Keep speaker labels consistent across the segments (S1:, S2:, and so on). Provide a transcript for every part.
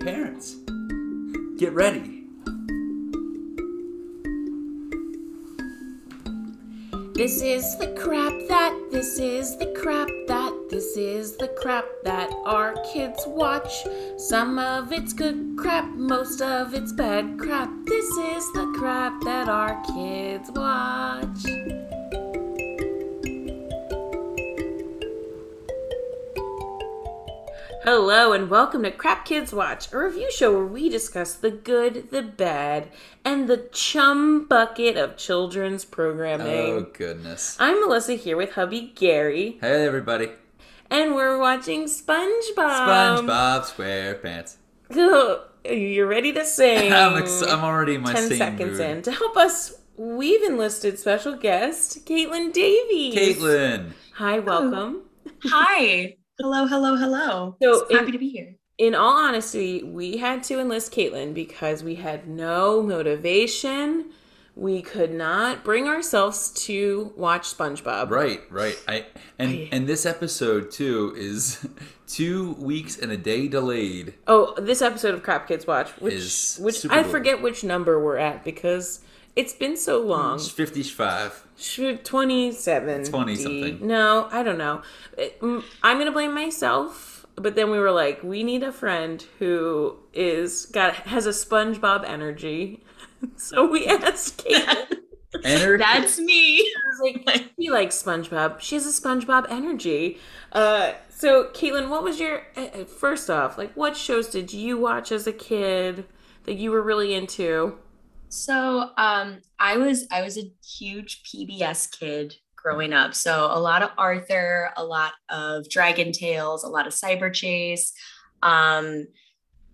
S1: parents. Get ready.
S2: This is the crap that, this is the crap that, this is the crap that our kids watch. Some of it's good crap, most of it's bad crap. This is the crap that our kids watch. Hello and welcome to Crap Kids Watch, a review show where we discuss the good, the bad, and the chum bucket of children's programming.
S1: Oh, goodness.
S2: I'm Melissa here with hubby Gary,
S1: Hey, everybody.
S2: and we're watching
S3: Um,
S2: SpongeBob.
S1: SpongeBob SquarePants.
S2: SpongeBob. You're ready to sing.
S1: I'm, ex- I'm already in my
S2: 10
S1: singing
S2: seconds
S1: mood.
S2: in. To help us, we've enlisted special guest Caitlin Davies.
S1: Caitlin.
S2: Hi, welcome.
S3: Hi. Hello, hello, hello.
S2: So
S3: It's happy to be here.
S2: In all honesty, we had to enlist Caitlin because we had no motivation. We could not bring ourselves to watch SpongeBob.
S1: Right, right. I and and this episode too is two weeks and a day delayed.
S2: Oh, this episode of Crap Kids Watch, which
S1: Is
S2: which
S1: super
S2: I
S1: cool.
S2: forget which number we're at because it's been so long.
S1: It's fifty five.
S2: Should 27.
S1: 20 something.
S2: No, I don't know. It- mm, I'm going to blame myself, but then we were like, we need a friend who is got has a SpongeBob energy. So we asked Kate.
S1: Enter
S3: That's me.
S2: like, she likes SpongeBob. She has a SpongeBob energy. Uh, so, Caitlin, what was your uh, uh, first off? Like, what shows did you watch as a kid that you were really into?
S3: So um I was I was a huge PBS kid growing up. So a lot of Arthur, a lot of Dragon Tales, a lot of Cyber Chase. Um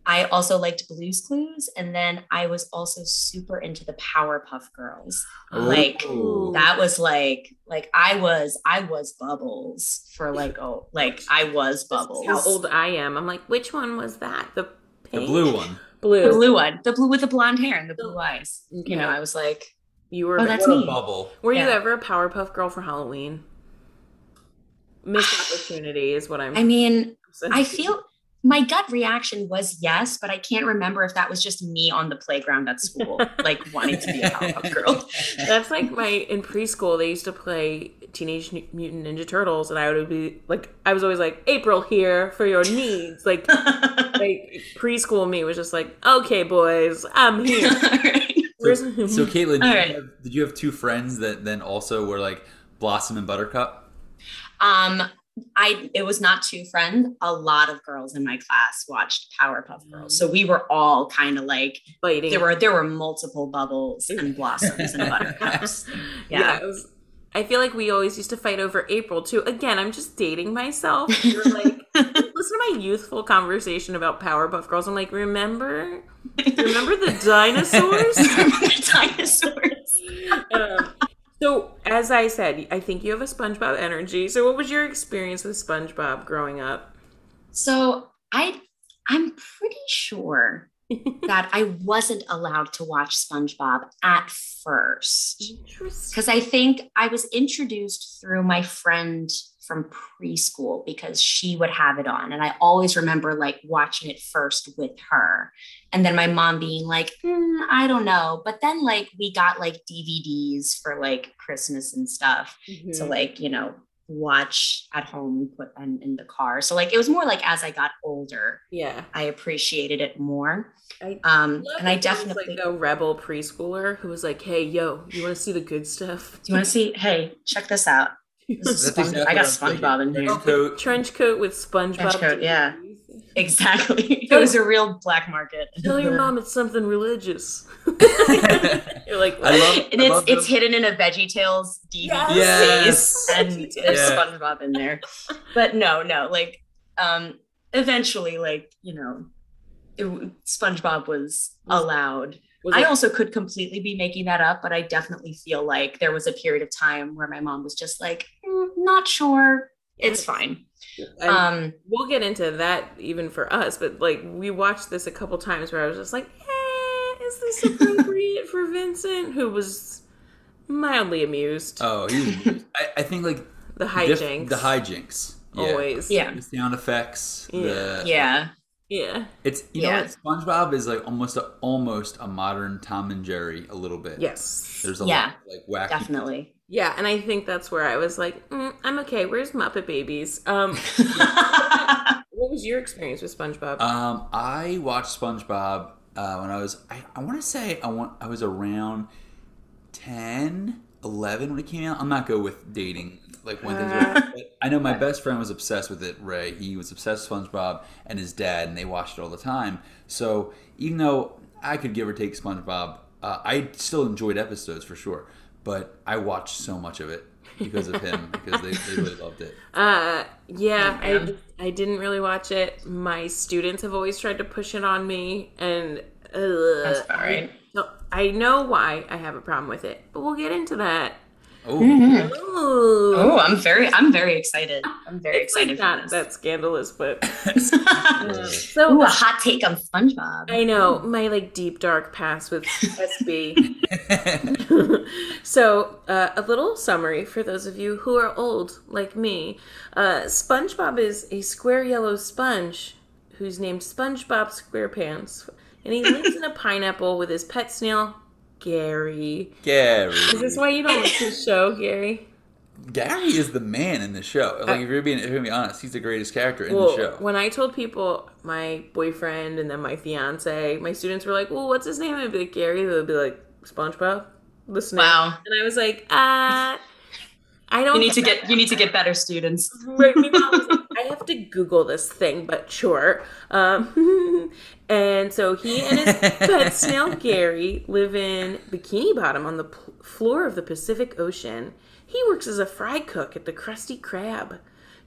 S3: I also liked Blues Clues and then I was also super into the Powerpuff Girls. Like
S1: Oh.
S3: that was like like I was I was Bubbles for like oh like I was Bubbles.
S2: How old I am? I'm like, which one was that? The
S1: the
S2: pink?
S1: blue one.
S2: Blue.
S3: The blue one, the blue with the blonde hair and the blue eyes. You know,
S2: Okay.
S3: I was like,
S2: You were.
S3: Oh, that's
S1: What a
S3: me.
S1: bubble.
S2: Were you
S3: Yeah.
S2: ever a Powerpuff Girl for Halloween? Missed opportunity is what I'm.
S3: I mean,
S2: saying.
S3: I feel my gut reaction was yes, but I can't remember if that was just me on the playground at school, like wanting to be a Powerpuff Girl.
S2: That's like my in preschool. They used to play Teenage Nu- Mutant Ninja Turtles, and I would be like, I was always like, April here for your needs. Like, like preschool me was just like, okay, boys, I'm here. Where's-
S1: So Caitlin, did,
S3: All
S1: you
S3: right.
S1: have, did you have two friends that then also were like Blossom and Buttercup?
S3: um, I it was not two friends. A lot of girls in my class watched Powerpuff Girls, so we were all kind of like
S2: biting.
S3: there were there were multiple bubbles and blossoms and buttercups.
S2: yeah. it was, I feel like we always used to fight over April too. Again, I'm just dating myself. You're like, listen to my youthful conversation about Powerpuff Girls. I'm like, remember, remember the dinosaurs.
S3: dinosaurs.
S2: Um, so, as I said, I think you have a SpongeBob energy. So, what was your experience with SpongeBob growing up?
S3: So I I'm pretty sure that I wasn't allowed to watch SpongeBob at first.
S2: Interesting.
S3: Because I think I was introduced through my friend from preschool because she would have it on. And I always remember like watching it first with her. And then my mom being like, "Mm, I don't know. But then like we got like DVDs for like Christmas and stuff
S1: Mm-hmm.
S2: Mm-hmm.
S3: to like you know watch at home put and in the car so like it was more like as i got older
S2: yeah,
S3: i appreciated it more
S2: I
S3: um
S2: Love
S3: and i
S2: that there was,
S3: definitely
S2: like a rebel preschooler who was like, "Hey, yo, you want to see the good stuff?
S3: do you want to see hey check this out this is
S1: That's
S3: Sponge-
S1: exactly
S3: i got
S1: what I'm thinking.
S3: spongebob in here
S1: Trench coat.
S2: Trench coat with SpongeBob.
S3: Trench coat, yeah.
S2: DVDs.
S3: exactly it was a real black market
S2: Tell your mom it's something religious. You're like,
S1: I love. I
S3: and it's
S1: love
S3: it's
S1: them.
S3: hidden in a veggie tales dvd
S1: Yes.
S3: and there's
S1: Yeah.
S3: SpongeBob in there. But no, no, like um eventually, like, you know, it, SpongeBob was allowed.
S2: Was
S3: I
S2: it-
S3: also could completely be making that up, but I definitely feel like there was a period of time where my mom was just like, "Mm, not sure. It's fine.
S2: And
S3: Um,
S2: we'll get into that even for us, but like we watched this a couple times where I was just like, eh, is this appropriate for Vincent, who was mildly amused?
S1: Oh, he's, I, I think like
S2: the
S1: diff-
S2: hijinks,
S1: the hijinks. Yeah.
S2: always.
S3: yeah,
S1: The sound effects.
S2: Yeah.
S1: The,
S3: yeah.
S2: Yeah.
S1: It's you
S3: Yeah.
S1: know what? SpongeBob is like almost a, almost a modern Tom and Jerry a little bit.
S2: Yes.
S1: There's a
S3: Yeah.
S1: lot of, like wacky
S3: Definitely.
S2: Yeah, and I think that's where I was like, mm, I'm okay. Where's Muppet Babies? Um, what was your experience with SpongeBob?
S1: Um, I watched SpongeBob uh, when I was I, I want to say I want I was around 10, 11 when it came out. I'm not good with dating like when things
S2: Uh.
S1: are, but I know my best friend was obsessed with it. Ray, he was obsessed with SpongeBob and his dad, and they watched it all the time. So even though I could give or take SpongeBob, uh, I still enjoyed episodes for sure. But I watched so much of it because of him because they, they really loved it.
S2: Uh, yeah,
S3: Oh, man.
S2: I, I didn't really watch it. My students have always tried to push it on me, and uh,
S3: That's all right.
S2: No, I know why I have a problem with it, but we'll get into that.
S1: Oh,
S3: Mhm.
S2: Ooh,
S3: Oh, I'm very, I'm very excited. I'm very
S2: it's like
S3: excited
S2: not
S3: for this.
S2: that scandalous, but
S1: Uh,
S2: so
S3: Ooh, a hot take on SpongeBob.
S2: I know my like deep dark past with SB. so, uh, a little summary for those of you who are old like me. Uh, SpongeBob is a square yellow sponge who's named SpongeBob SquarePants, and he lives in a pineapple with his pet snail, Gary.
S1: Gary.
S2: Is this why you don't like this show, Gary?
S1: Gary is the man in the show. Like if you're being if you're being honest, he's the greatest character in
S2: Uh, Well,
S1: the show.
S2: when I told people my boyfriend and then my fiance, my students were like, "Well, what's his name?" I'd be like, "Gary." They would be like, "SpongeBob." Listen,
S3: Wow.
S2: And I was like, "Uh, I don't
S3: You need to get, you need to get better students.
S2: Right, meanwhile, I, was like, I have to Google this thing, but sure. Um, and so he and his pet snail Gary live in Bikini Bottom on the pl- floor of the Pacific Ocean. He works as a fry cook at the Krusty Krab.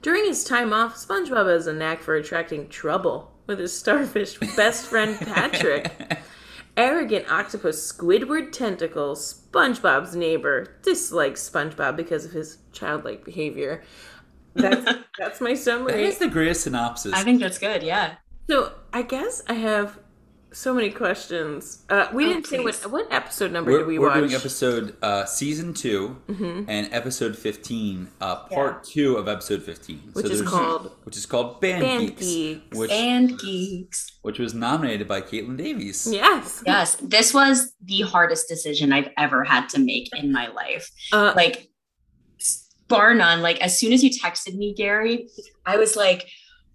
S2: During his time off, SpongeBob has a knack for attracting trouble with his starfish best friend Patrick. Arrogant octopus Squidward Tentacles, SpongeBob's neighbor, dislikes SpongeBob because of his childlike behavior. That's, that's my
S1: that
S2: summary.
S1: is the greatest synopsis.
S3: I think that's good. Yeah.
S2: So I guess I have so many questions. Uh, we
S3: Oh,
S2: didn't say what
S3: please.
S2: what episode number
S1: we're,
S2: did we Mm-hmm.
S1: we're
S2: watch?
S1: doing episode uh, season 2 and episode fifteen, uh, part two of episode fifteen,
S2: Which is
S1: there's-
S2: called-
S1: which is called Band,
S2: Band
S1: Geeks,
S2: Geeks.
S1: which
S3: And geeks.
S1: which was nominated by Caitlin Davies.
S2: Yes.
S3: Yes, this was the hardest decision I've ever had to make in my life.
S2: Uh,
S3: Like, bar none. Like, as soon as you texted me, Gary, I was like,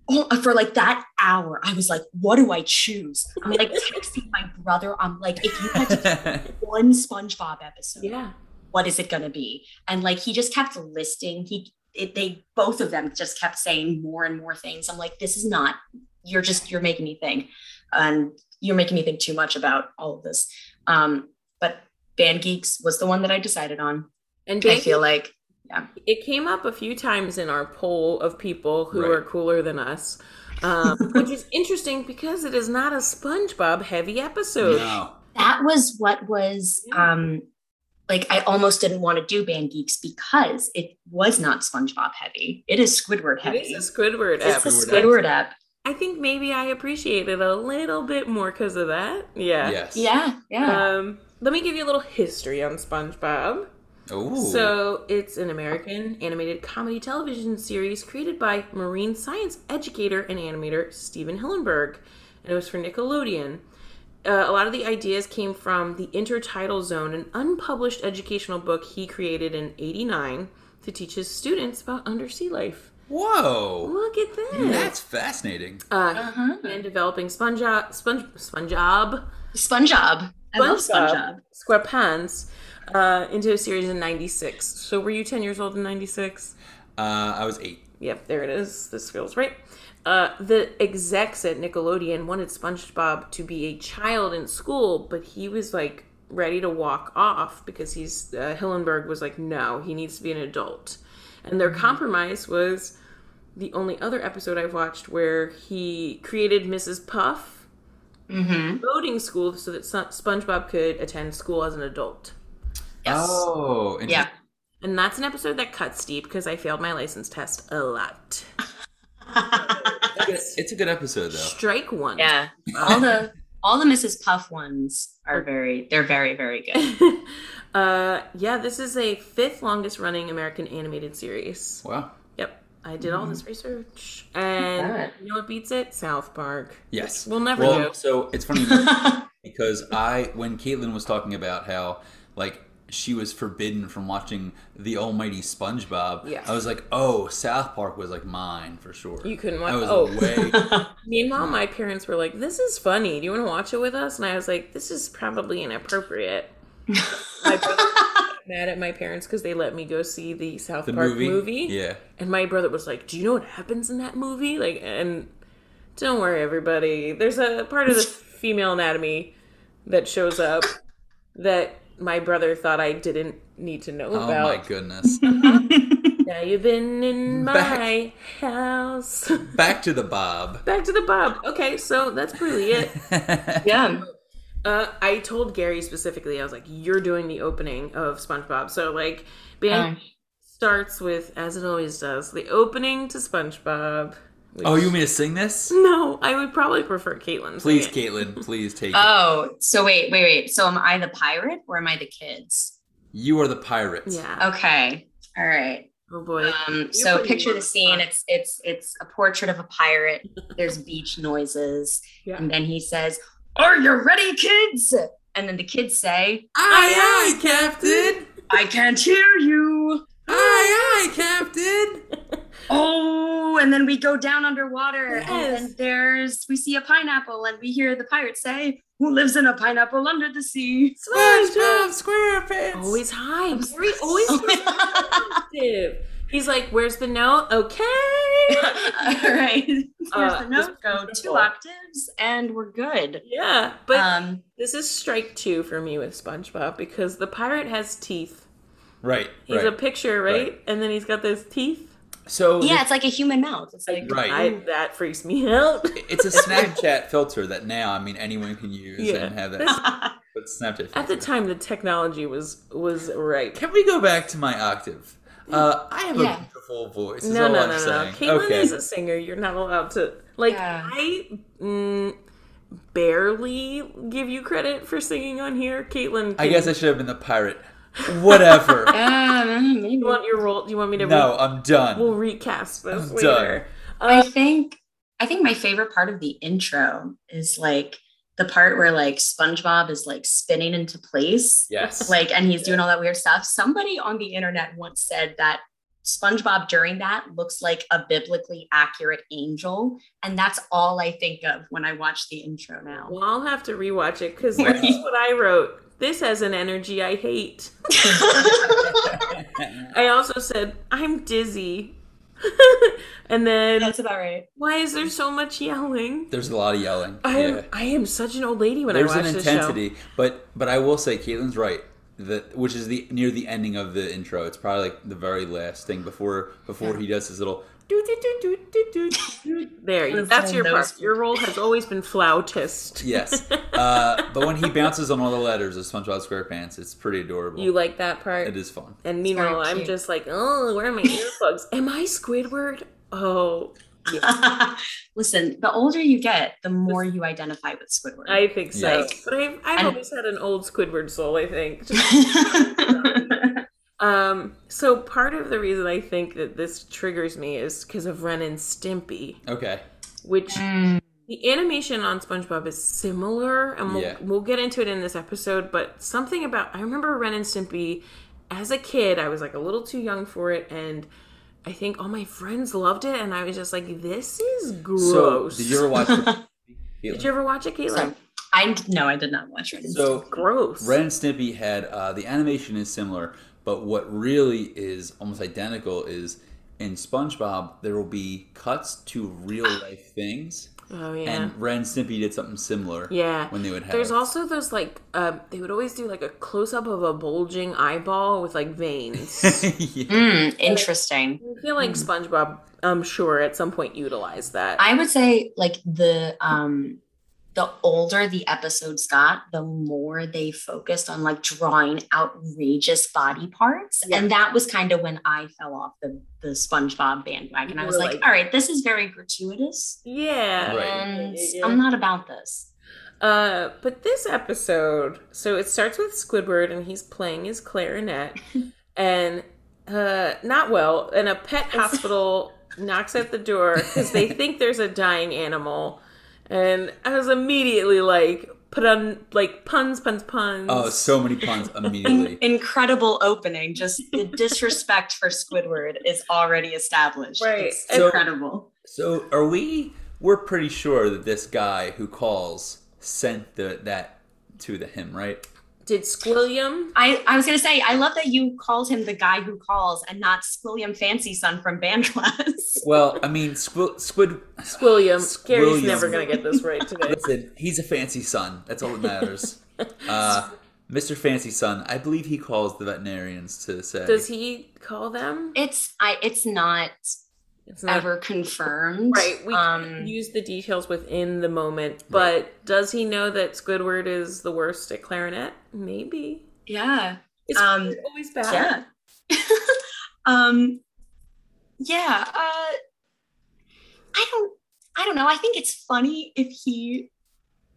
S3: oh, for like that hour, I was like, what do I choose? I'm like texting my brother. I'm like, if you had to pick one SpongeBob episode,
S2: yeah.
S3: what is it going to be? And like, he just kept listing. He, it, they both of them just kept saying more and more things. I'm like, this is not. You're just you're making me think, and you're making me think too much about all of this. Um, but Band Geeks was the one that I decided on.
S2: And
S3: I feel like
S2: it came up a few times in our poll of people who
S1: Right.
S2: are cooler than us, um, which is interesting because it is not a SpongeBob heavy episode.
S1: No.
S3: that was what was
S2: Yeah.
S3: um, like I almost didn't want to do Band Geeks because it was not SpongeBob heavy. It is Squidward heavy.
S2: It is a Squidward
S3: It's a
S2: episode.
S1: Squidward app.
S3: Squidward app.
S2: I think maybe I appreciate it a little bit more because of that. Yeah.
S1: Yes.
S3: Yeah, yeah.
S2: Um, let me give you a little history on SpongeBob.
S1: Ooh.
S2: So, it's an American animated comedy television series created by marine science educator and animator Steven Hillenberg, and it was for Nickelodeon. Uh, a lot of the ideas came from The Intertidal Zone, an unpublished educational book he created in 89 to teach his students about undersea life.
S1: Whoa.
S2: Look at that.
S1: That's fascinating.
S2: Uh,
S3: uh-huh.
S2: and developing SpongeBob, Sponge, SpongeBob,
S3: SpongeBob. I love SpongeBob.
S2: SquarePants uh, into a series in '96. So were you 10 years old in '96?
S1: Uh, I was eight.
S2: Yep, there it is. This feels right. Uh, the execs at Nickelodeon wanted SpongeBob to be a child in school, but he was like ready to walk off because he's uh, Hillenberg was like, no, he needs to be an adult. And
S3: Mm-hmm.
S2: their compromise was the only other episode I've watched where he created Mrs. Puff
S3: Mm-hmm.
S2: boarding school so that Son- SpongeBob could attend school as an adult.
S3: Yes.
S1: Oh,
S3: Yeah.
S1: interesting.
S2: And that's an episode that cuts deep because I failed my license test a lot.
S1: It's, it's a good episode though.
S2: Strike one.
S3: yeah. All the all the Mrs. Puff ones are very they're very, very good.
S2: uh, yeah, this is a fifth longest running American animated series.
S1: Wow.
S2: Yep. I did
S1: Mm-hmm.
S2: all this research, and
S3: bet.
S2: you know what beats it? South Park.
S1: Yes.
S2: We'll never
S1: Well,
S2: do.
S1: so it's funny you because I when Caitlin was talking about how like she was forbidden from watching the almighty SpongeBob,
S2: Yeah.
S1: I was like, oh, South Park was like mine for sure.
S2: You couldn't watch.
S1: I was
S2: Oh,
S1: way.
S2: meanwhile, my parents were like, "This is funny. Do you want to watch it with us?" And I was like, "This is probably inappropriate." I got mad at my parents because they let me go see the South
S1: The
S2: Park
S1: movie,
S2: movie.
S1: yeah.
S2: And my brother was like, "Do you know what happens in that movie?" Like, and don't worry, everybody. There's a part of the female anatomy that shows up that my brother thought I didn't need to know
S1: Oh
S2: about.
S1: my goodness.
S2: Now you've been in my
S1: Back-
S2: house.
S1: Back to the Bob.
S2: Back to the Bob. Okay, so that's really it.
S3: yeah.
S2: Uh, I told Gary specifically, I was like, "You're doing the opening of SpongeBob." So like, band starts with, as it always does, the opening to SpongeBob. which-
S1: Oh, you want me to sing this?
S2: No, I would probably prefer Caitlin.
S1: Please,
S2: Caitlin.
S1: Caitlin, please take it.
S2: Uh,
S3: Oh, so wait, wait, wait. So am I the pirate or am I the kids?
S1: You are the pirate.
S2: Yeah.
S3: Okay. All right.
S2: Oh boy.
S3: Um, so
S2: pretty
S3: picture the
S2: rough,
S3: scene.
S2: huh?
S3: It's it's it's a portrait of a pirate. There's beach noises,
S2: Yeah.
S3: and then he says, "Are you ready, kids?" And then the kids say,
S1: Aye, aye, Captain.
S3: "I can't hear you."
S1: Aye, aye, Captain.
S3: Oh, and then we go down underwater, and
S2: Yes.
S3: then there's we see a pineapple, and we hear the pirate say, "Who lives in a pineapple under the sea?"
S1: SpongeBob SquarePants.
S2: Always high. I'm sorry. Always positive. He's like, "Where's the note?"
S3: All
S2: Okay.
S3: right, here's
S2: Uh,
S3: the note.
S2: this-
S3: Go two octaves, and we're good.
S2: Yeah, but
S3: um,
S2: this is strike two for me with SpongeBob because the pirate has teeth.
S1: Right.
S2: He's
S1: Right.
S2: a picture, right? And then he's got those teeth.
S1: so
S3: yeah, it's like a human mouth. It's like
S1: Right.
S2: I, that freaks me out.
S1: it's a Snapchat filter that now I mean anyone can use
S2: Yeah.
S1: and have that. But Snapchat.
S2: At
S1: filter.
S2: the time, the technology was was right.
S1: can we go back to my octave? Uh, I have
S3: Yeah.
S1: a beautiful voice. Is
S2: No,
S1: all
S2: no,
S1: I'm
S2: no, no.
S1: saying.
S2: Caitlin
S1: okay.
S2: is a singer. You're not allowed to. Like
S3: Yeah.
S2: I mm, barely give you credit for singing on here. Caitlin,
S1: I guess I should have been the pirate. Whatever.
S3: Um, maybe.
S2: you want your role. Do you want me to?
S1: no, I'm done.
S2: we'll recast this
S1: I'm
S2: later.
S3: I think I think my favorite part of the intro is like the part where like SpongeBob is like spinning into place.
S1: yes.
S3: Like and he's doing all that weird stuff. Somebody on the internet once said that SpongeBob during that looks like a biblically accurate angel. And that's all I think of when I watch the intro now.
S2: Well, I'll have to rewatch it because this is what I wrote. This has an energy I hate. I also said I'm dizzy, and then
S3: that's about right.
S2: why is there so much yelling?
S1: There's a lot of yelling.
S2: I am
S1: Yeah.
S2: I am such an old lady when
S1: There's
S2: I watch
S1: an intensity, but but I will say Caitlin's right. That which is the near the ending of the intro. It's probably like the very last thing before before he does his little.
S2: this show. Do, do, do, do, do, do. There, you-
S3: Little
S2: that's your
S3: nose.
S2: part. Your role has always been flautist.
S1: Yes, uh, but when he bounces on all the letters of SpongeBob SquarePants, it's pretty adorable.
S2: You like that part?
S1: it is fun.
S2: And
S3: very
S2: meanwhile, I'm
S3: cute.
S2: just like, oh, where are my earplugs? Am I Squidward? Oh,
S3: Listen, the older you get, the more you identify with Squidward.
S2: I think so.
S1: Yes.
S2: But I've, I've
S3: And-
S2: always had an old Squidward soul, I think. um, so part of the reason I think that this triggers me is because of Ren and Stimpy,
S1: Okay,
S2: which
S3: Mm.
S2: The animation on SpongeBob is similar, and we'll,
S1: Yeah.
S2: we'll get into it in this episode. But something about I remember Ren and Stimpy as a kid. I was like a little too young for it, and I think all my friends loved it, and I was just like, "This is
S1: so
S2: gross."
S1: did you ever watch? Caitlin?
S2: Did you ever watch it, Caitlin?
S3: So, I no, I did not watch it.
S1: so
S2: gross.
S1: Ren and Snippy had uh, the animation is similar, but what really is almost identical is in SpongeBob there will be cuts to real life things,
S2: oh yeah.
S1: and Ren and Snippy did something similar.
S2: Yeah.
S1: when they would have
S2: There's also those like uh, they would always do like a close up of a bulging eyeball with like veins.
S1: Yeah.
S3: Mm, interesting.
S2: I feel like SpongeBob, I'm sure at some point utilized that.
S3: I would say like the um the older the episodes got, the more they focused on like drawing outrageous body parts.
S2: Yeah.
S3: And that was kind of when I fell off the the SpongeBob bandwagon. I
S2: You
S3: was
S2: were
S3: like,
S2: like-
S3: all right, this is very gratuitous.
S2: yeah.
S1: Right.
S3: And
S2: Yeah, yeah,
S3: Um, I'm
S2: yeah.
S3: not about this.
S2: Uh, but this episode, so it starts with Squidward and he's playing his clarinet, and uh, not well, and a pet hospital knocks at the door because they think there's a dying animal, and I was immediately like, put on like puns, puns, puns.
S1: Oh, so many puns immediately.
S3: Incredible opening. Just the disrespect for Squidward is already established.
S2: Right.
S3: It's
S1: So-
S3: incredible.
S1: So are we? We're pretty sure that this guy who calls sent the that to the him, right?
S2: Did Squilliam?
S3: I, I was going to say, I love that you called him the guy who calls and not William Fancy Son from band class.
S1: Well, I mean, Squid. Squid
S2: Squilliam. Gary's
S1: Squilliam.
S2: never gonna get this right today.
S1: listen, he's a fancy son. That's all that matters. Uh, Mr. Fancy Son, I believe he calls the veterinarians to say.
S2: Does he call them?
S3: It's I. It's not
S2: It's not
S3: ever confirmed.
S2: right. We
S3: um,
S2: use the details within the moment, but does he know that Squidward is the worst at clarinet? Maybe.
S3: yeah.
S2: Is
S3: Um,
S2: Squidward always bad?
S3: Yeah. um yeah, uh I don't I don't know. I think it's funny if he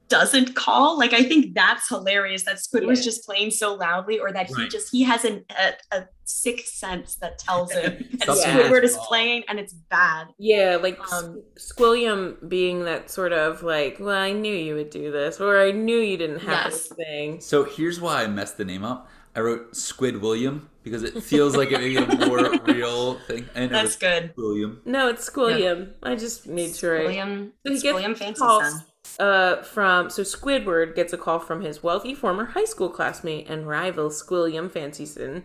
S3: doesn't call. Like I think that's hilarious that Squid was
S2: Yeah.
S3: just playing so loudly or that he
S1: Right.
S3: just he has an, a, a sixth sense that tells him that
S1: Something
S2: Yeah.
S3: Squidward
S1: is
S3: is
S1: wrong.
S3: playing and it's bad.
S2: Yeah, like S-
S3: Um,
S2: Squilliam being that sort of like, well, I knew you would do this, or I knew you didn't have
S3: Yes.
S2: this thing.
S1: So here's why I messed the name up. I wrote Squid William because it feels like it may be a more real thing. And it
S3: That's
S1: was
S3: good.
S1: William.
S2: No, it's Squilliam. I just made sure. I-
S3: William,
S2: So he
S3: it's
S2: gets
S3: William Fancy
S2: calls
S3: Son.
S2: uh, from so Squidward gets a call from his wealthy former high school classmate and rival Squilliam Fancyson,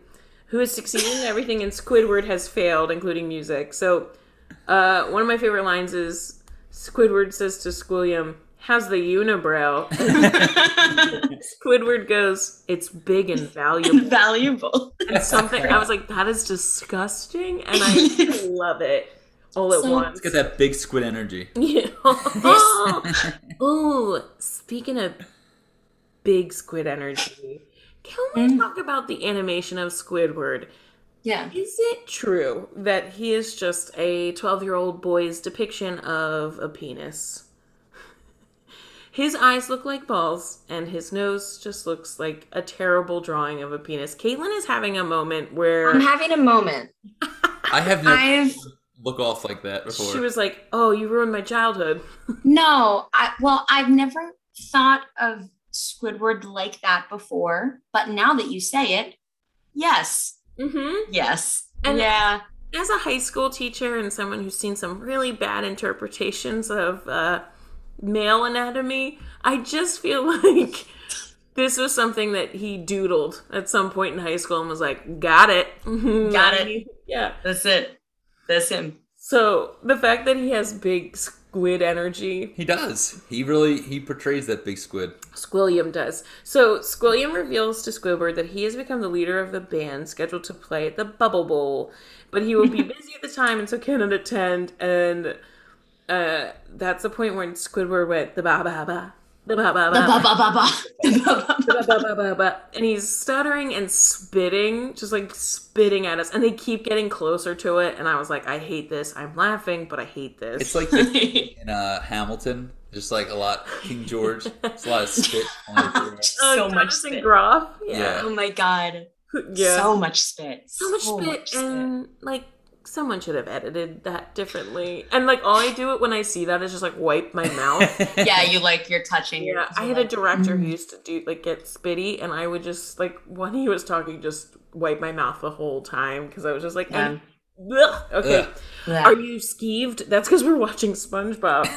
S2: who is succeeding in everything and Squidward has failed, including music. So, uh, one of my favorite lines is Squidward says to Squilliam, "How's the unibrow?" Squidward goes, "It's big and valuable."
S3: Valuable.
S2: and something I was like, "That is disgusting," and I love it all at
S3: So-
S2: once.
S1: It's got that big squid energy.
S2: Yeah. oh, speaking of big squid energy, can we
S3: Mm.
S2: talk about the animation of Squidward?
S3: Yeah.
S2: Is it true that he is just a 12 year old boy's depiction of a penis? His eyes look like balls, and his nose just looks like a terrible drawing of a penis. Caitlin is having a moment where
S3: I'm having a moment.
S1: I have never
S3: I've
S1: look off like that before.
S2: she was like, Oh, you ruined my childhood.
S3: No, I well, I've never thought of Squidward like that before, but now that you say it, yes,
S2: hmm.
S3: yes,
S2: And-
S3: yeah,
S2: as a high school teacher and someone who's seen some really bad interpretations of uh, male anatomy, I just feel like this was something that he doodled at some point in high school and was like, "Got it,
S3: Got it.
S2: yeah."
S3: that's it, that's him.
S2: So the fact that he has big squid energy,
S1: he does. He really he portrays that big squid.
S2: Squilliam does. So Squilliam reveals to Squidward that he has become the leader of the band scheduled to play at the Bubble Bowl, but he will be busy at the time and so cannot attend. And uh, that's the point when Squidward went the ba ba ba, the ba ba
S3: The ba
S2: ba,
S3: ba ba ba, the ba ba ba.
S2: the ba ba ba ba, and he's stuttering and spitting, just like spitting at us. And they keep getting closer to it. And I was like, I hate this. I'm laughing, but I hate this.
S1: It's like in uh, Hamilton. Just like a lot King George. It's a lot of spit. flying through there.
S2: Uh,
S3: so much
S2: Jonathan
S3: spit.
S2: Groff.
S1: Yeah.
S3: Oh my god,
S2: yeah.
S3: so much spit,
S2: so much spit and like someone should have edited that differently and like all i do when i see that is just like wipe my mouth
S3: yeah, you like you're touching. your-
S2: yeah i
S3: you're
S2: had a
S3: like,
S2: director who used to do like get spitty and i would just like when he was talking just wipe my mouth the whole time because i was just like
S3: Yeah.
S2: "Ugh." okay
S1: Ugh.
S3: yeah.
S2: are you skeeved that's because we're watching spongebob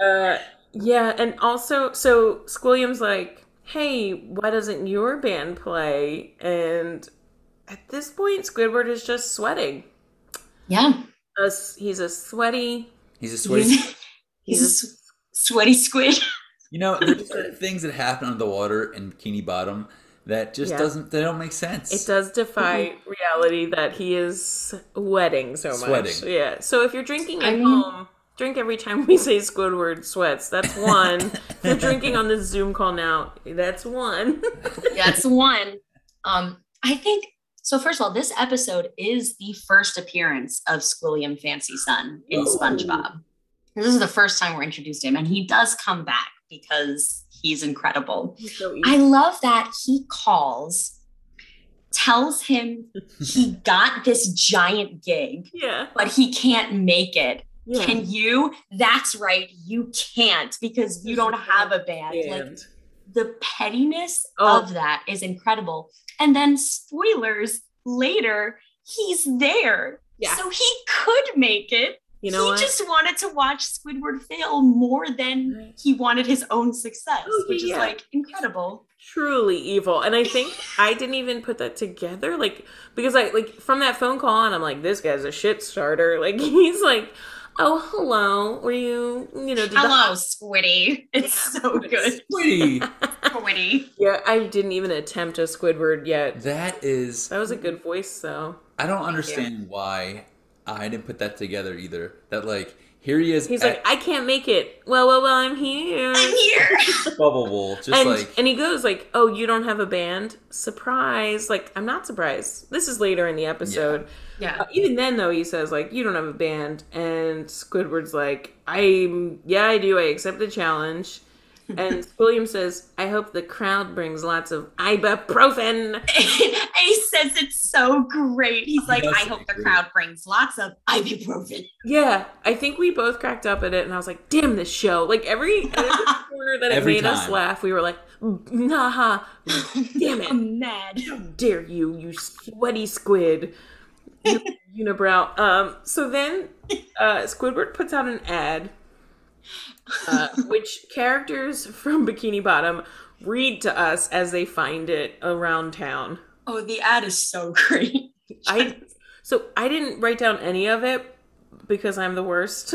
S2: uh yeah and also so squilliam's like hey why doesn't your band play and at this point squidward is just sweating
S3: yeah,
S2: a s he's a sweaty
S1: He's a sweaty
S3: he's, he's a s- sweaty squid.
S1: You know, there's certain things that happen under the water in Bikini Bottom that just
S2: Yeah.
S1: doesn't they don't make sense.
S2: it does defy
S3: Mm-hmm.
S2: reality that he is sweating so much
S1: Sweating.
S2: yeah so if you're drinking
S3: I
S2: at
S3: mean-
S2: home drink every time we say squidward sweats that's one if you're drinking on this zoom call now that's one
S3: That's one. Um, I think so. First of all, this episode is the first appearance of Squilliam Fancy Son in
S1: Oh.
S3: SpongeBob. This is the first time we're introduced to him, and he does come back because he's incredible.
S2: so easy.
S3: I love that he calls tells him he got this giant gig,
S2: Yeah.
S3: but he can't make it.
S2: Yeah.
S3: Can you? That's right, you can't because you don't have a band. Like
S2: And-
S3: the pettiness
S2: Oh.
S3: of that is incredible. And then spoilers later, he's there.
S2: Yeah.
S3: So he could make it.
S2: you know
S3: he
S2: what?
S3: just wanted to watch Squidward fail more than he wanted his own success,
S2: Oh,
S3: which
S2: yeah.
S3: is like incredible.
S2: truly evil and i think i didn't even put that together like because i like from that phone call on i'm like this guy's a shit starter like he's like oh hello were you you know did the-
S3: Hello, Squiddy. It's so good.
S1: Wait,
S3: Squiddy.
S2: yeah i didn't even attempt a squidward yet
S1: that is.
S2: that was a good voice though
S1: I don't understand why I didn't put that together either. That like here he is
S2: he's
S1: at
S2: like i can't make it well well well i'm here
S3: I'm here.
S1: Bubble Bowl, just
S2: and,
S1: like
S2: and he goes like oh you don't have a band surprise like i'm not surprised this is later in the episode
S3: Yeah.
S2: Uh, even then, though, he says like, "You don't have a band," and Squidward's like, "I yeah, I do. I accept the challenge." And William says, "I hope the crowd brings lots of ibuprofen."
S3: and he says it's so great. He's like,
S1: does
S3: I
S1: say
S3: hope the
S1: great.
S3: crowd brings lots of ibuprofen.
S2: Yeah, I think we both cracked up at it, and I was like, "Damn, this show!" Like every, at every corner that it
S1: Every
S2: made us
S1: time.
S2: laugh, we were like, "Nah, Damn it.
S3: I'm mad.
S2: dare you, you sweaty squid, you unibrow. Um, so then uh, Squidward puts out an ad, uh, which characters from Bikini Bottom read to us as they find it around town.
S3: Oh, the ad is so great.
S2: I so I didn't write down any of it because I'm the worst.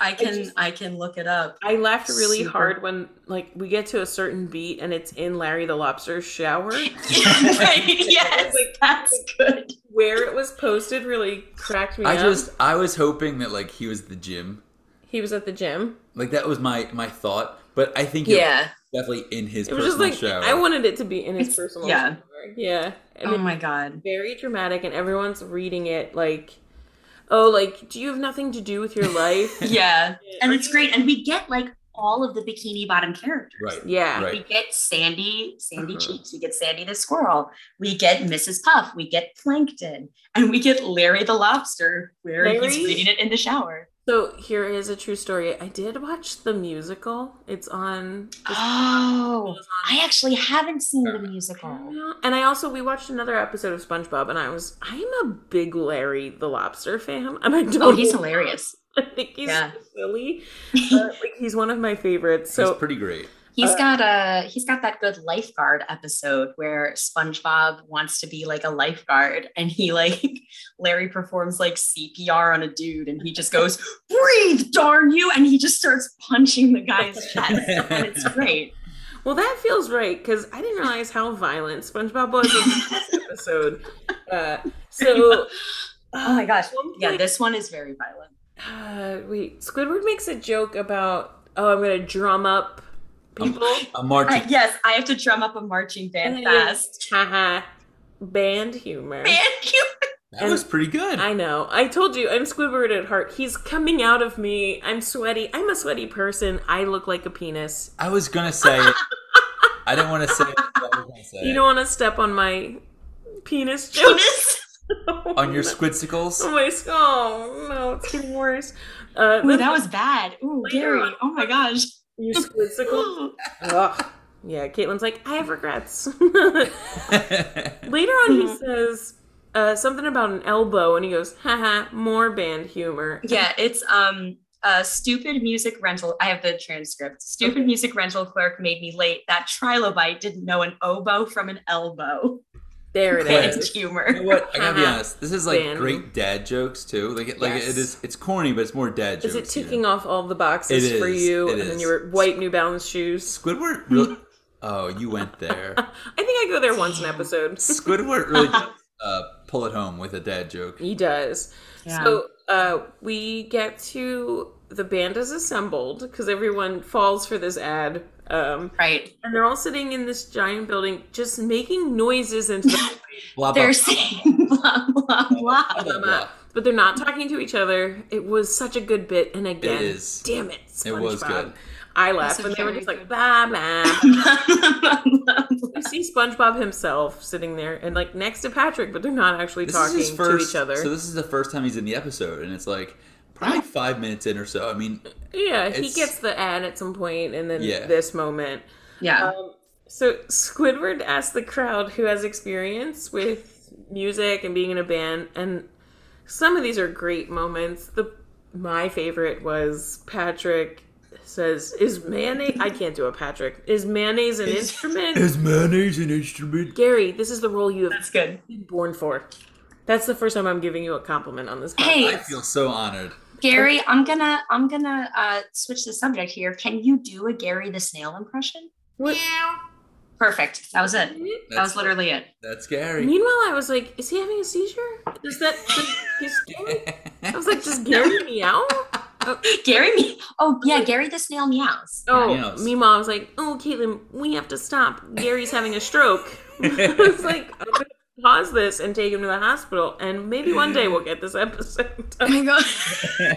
S3: I can I,
S2: just-
S3: can look it up.
S2: I laughed really
S3: Super.
S2: hard when like we get to a certain beat and it's in Larry the Lobster's shower.
S3: yes, that's good.
S2: Where it was posted really cracked me
S1: I
S2: up.
S1: just I was hoping that like he was the gym.
S2: he was at the gym.
S1: Like that was my my thought, but I think you're definitely in his
S2: It was
S1: personal
S2: just like
S1: shower.
S2: I wanted it to be in his
S3: It's-
S2: personal
S3: yeah.
S2: shower. Yeah. And
S3: Oh
S2: it's
S3: my god.
S2: very dramatic and everyone's reading it like oh like do you have nothing to do with your life?
S3: Yeah, and
S2: Are
S3: it's
S2: you-
S3: great. And we get like all of the Bikini Bottom characters.
S1: right,
S2: Yeah.
S1: right.
S3: We get Sandy, Sandy
S2: Uh-huh.
S3: Cheeks. We get Sandy the squirrel. We get Mrs. Puff. We get Plankton, and we get Larry the lobster, where
S2: Larry?
S3: he's reading it in the shower.
S2: So here is a true story. I did watch the musical. It's on
S3: Oh, I actually haven't seen the musical.
S2: and I also we watched another episode of SpongeBob and I was I'm a big Larry the Lobster fan and I don't
S3: Oh, he's hilarious.
S2: I think he's
S3: Yeah.
S2: silly. but, like, he's one of my favorites.
S1: So
S2: So
S1: it's pretty great.
S3: He's
S2: Uh,
S3: got a he's got that good lifeguard episode where SpongeBob wants to be like a lifeguard and he like Larry performs like CPR on a dude and he just goes breathe darn you and he just starts punching the guy's chest and it's great.
S2: Well, that feels right because I didn't realize how violent SpongeBob was in this episode. Uh, so,
S3: Oh my gosh.
S2: One
S3: Yeah,
S2: point-
S3: this one is very violent.
S2: uh, wait, Squidward makes a joke about, oh, I'm going to drum up people.
S1: A marching
S3: I- Uh, yes, I have to drum up a marching band
S2: Yeah.
S3: fast.
S2: Haha. Band humor.
S3: Man, you
S1: that was pretty good.
S2: I know. I told you, I'm Squidward at heart. He's coming out of me. I'm sweaty. I'm a sweaty person. I look like a penis.
S1: I was gonna say it. I didn't want to say it. But I was gonna say
S2: You
S1: it.
S2: don't want to step on my penis joke.
S3: penis.
S1: on your squidsicles.
S2: Oh my oh no, it's getting worse. Uh,
S3: Ooh,
S2: that's-
S3: that was bad. Ooh, Gary. Oh my gosh.
S2: You squidsicle. Ugh. Yeah, Caitlin's like, I have regrets. Later on, he
S3: Mhm.
S2: says uh, something about an elbow, and he goes, haha, more band humor.
S3: Yeah, it's um a stupid music rental. I have the transcript. Stupid music rental clerk made me late. That trilobite didn't know an oboe from an elbow.
S2: There it
S1: Yes.
S3: And
S2: is.
S1: You know
S3: humor.
S1: what? I gotta be
S2: Uh-huh.
S1: honest. This is like
S2: Band.
S1: great dad jokes too. Like, it, like
S2: Yes.
S1: it is. It's corny, but it's more dad
S2: Is
S1: jokes.
S2: it
S1: you know?
S2: ticking off all the boxes
S1: It
S2: for
S1: is,
S2: you?
S1: it
S2: and then
S1: is.
S2: your white New Balance shoes.
S1: Squidward really. oh, you went there.
S2: I think I go there once an episode.
S1: Squidward really does, uh, pull it home with a dad joke.
S2: He does. So uh, we get to the band is assembled because everyone falls for this ad. Um,
S3: right.
S2: and they're all sitting in this giant building just making noises into the
S1: Blah blah.
S3: They're saying blah blah
S1: blah,
S3: blah.
S1: blah, blah.
S2: but they're not talking to each other. It was such a good bit, and again,
S1: is.
S2: damn it, SpongeBob.
S1: It was good.
S2: I laughed
S3: a
S2: when they were
S3: very
S2: just like,
S3: good-
S2: blah, blah.
S3: yeah,
S2: You see SpongeBob himself sitting there and like next to Patrick, but they're not actually
S1: This is
S2: talking
S1: his first,
S2: to each other.
S1: So this is the first time he's in the episode, and it's like probably five minutes in or so. I mean,
S2: yeah, he
S1: it's-
S2: gets the ad at some point and then
S1: Yeah.
S2: this moment. Um, so Squidward asked the crowd who has experience with music and being in a band, and some of these are great moments. The my favorite was Patrick says, "Is mayonnaise? I can't do a Patrick. Is mayonnaise an instrument?"
S1: is mayonnaise an instrument?
S2: Gary, this is the role you have
S3: that's good.
S2: been born for. That's the first time I'm giving you a compliment on this. podcast.
S3: Hey,
S1: I feel so honored.
S3: Gary, I'm gonna I'm gonna uh, switch the subject here. Can you do a Gary the Snail impression?
S2: What-
S3: Perfect. That was it. That was
S1: That's,
S3: literally it.
S1: that's Gary.
S2: Meanwhile, I was like, "Is he having a seizure? Is that is Gary?" I was like, "Does Gary meow?"
S3: Gary, me- oh yeah, Gary the Snail meows.
S2: Oh,
S1: Yeah, yes.
S2: meanwhile, I was like, oh, Caitlin, we have to stop. Gary's having a stroke. I was like, I'm going to pause this and take him to the hospital, and maybe one day we'll get this episode. done.
S3: Oh my god.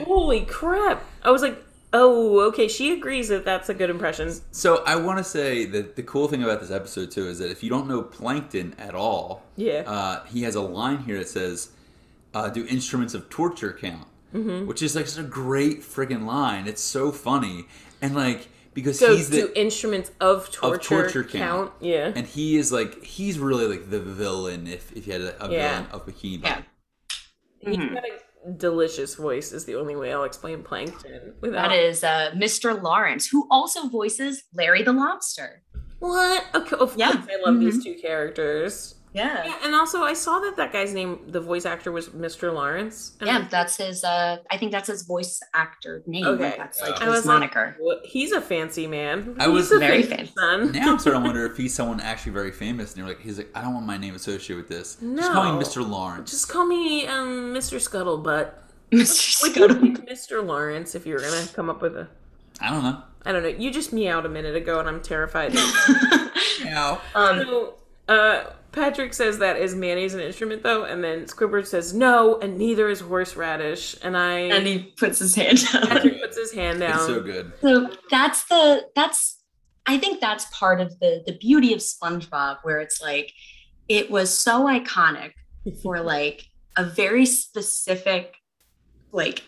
S2: Holy crap. I was like, oh, okay, she agrees that that's a good impression.
S1: So I want to say that the cool thing about this episode too is that if you don't know Plankton at all,
S2: Yeah.
S1: uh, he has a line here that says, uh, "Do instruments of torture count?"
S2: Mm-hmm.
S1: Which is like such a great freaking line. It's so funny and like because
S2: so,
S1: he's
S2: do
S1: the
S2: instruments of torture,
S1: torture
S2: count?
S1: count.
S2: Yeah.
S1: and he is like he's really like the villain if if you had a, a
S2: Yeah.
S1: villain of Bikini
S3: Yeah.
S1: Bottom.
S2: He's got a delicious voice, is the only way I'll explain Plankton without.
S3: That is uh, Mr. Lawrence, who also voices Larry the Lobster.
S2: What? Okay, of
S3: Yeah.
S2: course, I love these two characters.
S3: Yeah.
S2: Yeah, and also I saw that that guy's name, the voice actor was Mr. Lawrence. And
S3: Yeah, that's his. Uh, I think that's his voice actor name. Like,
S2: Okay.
S3: that's like
S1: Yeah.
S2: I was
S3: his
S2: like-
S3: moniker.
S2: What- he's a fancy man.
S1: I
S2: He's
S1: was
S2: a
S3: very fancy.
S2: son.
S1: Now I'm starting to wonder if he's someone actually very famous, and you're like, he's like, I don't want my name associated with this. Just call me
S2: No.
S1: Mr. Lawrence.
S2: Just call me um, Mr. Scuttlebutt.
S3: Mr.
S2: Would you
S3: Scuttle.
S2: pick Mr. Lawrence if you were gonna come up with a?
S1: I don't know.
S2: I don't know. You just meowed a minute ago, and I'm terrified.
S1: Now,
S3: um,
S2: so, uh, Patrick says that is mayonnaise an instrument though, and then Squidward says no, and neither is horseradish. And I
S3: and he puts his hand down.
S2: Patrick puts his hand down.
S1: it's so good.
S3: So that's the that's I think that's part of the the beauty of SpongeBob, where it's like it was so iconic for like a very specific like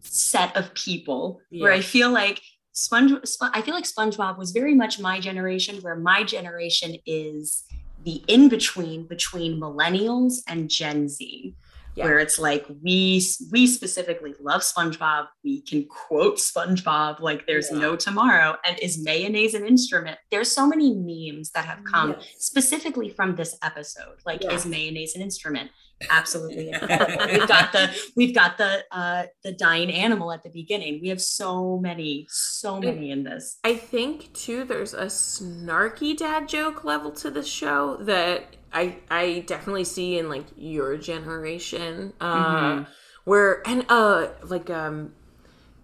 S3: set of people where
S2: Yeah.
S3: I feel like Sponge, Spo- I feel like SpongeBob was very much my generation, where my generation is the in between between millennials and Gen Z,
S2: Yeah.
S3: where it's like we we specifically love SpongeBob, we can quote SpongeBob like there's
S2: Yeah.
S3: no tomorrow, and is mayonnaise an instrument? There's so many memes that have come
S2: Yes.
S3: specifically from this episode, like
S2: Yeah.
S3: is mayonnaise an instrument? Absolutely, it is. we've got the we've got the uh, the dying animal at the beginning. We have so many, so many in this.
S2: I think too there's a snarky dad joke level to the show that I I definitely see in like your generation. Uh
S3: Mm-hmm.
S2: where and uh like um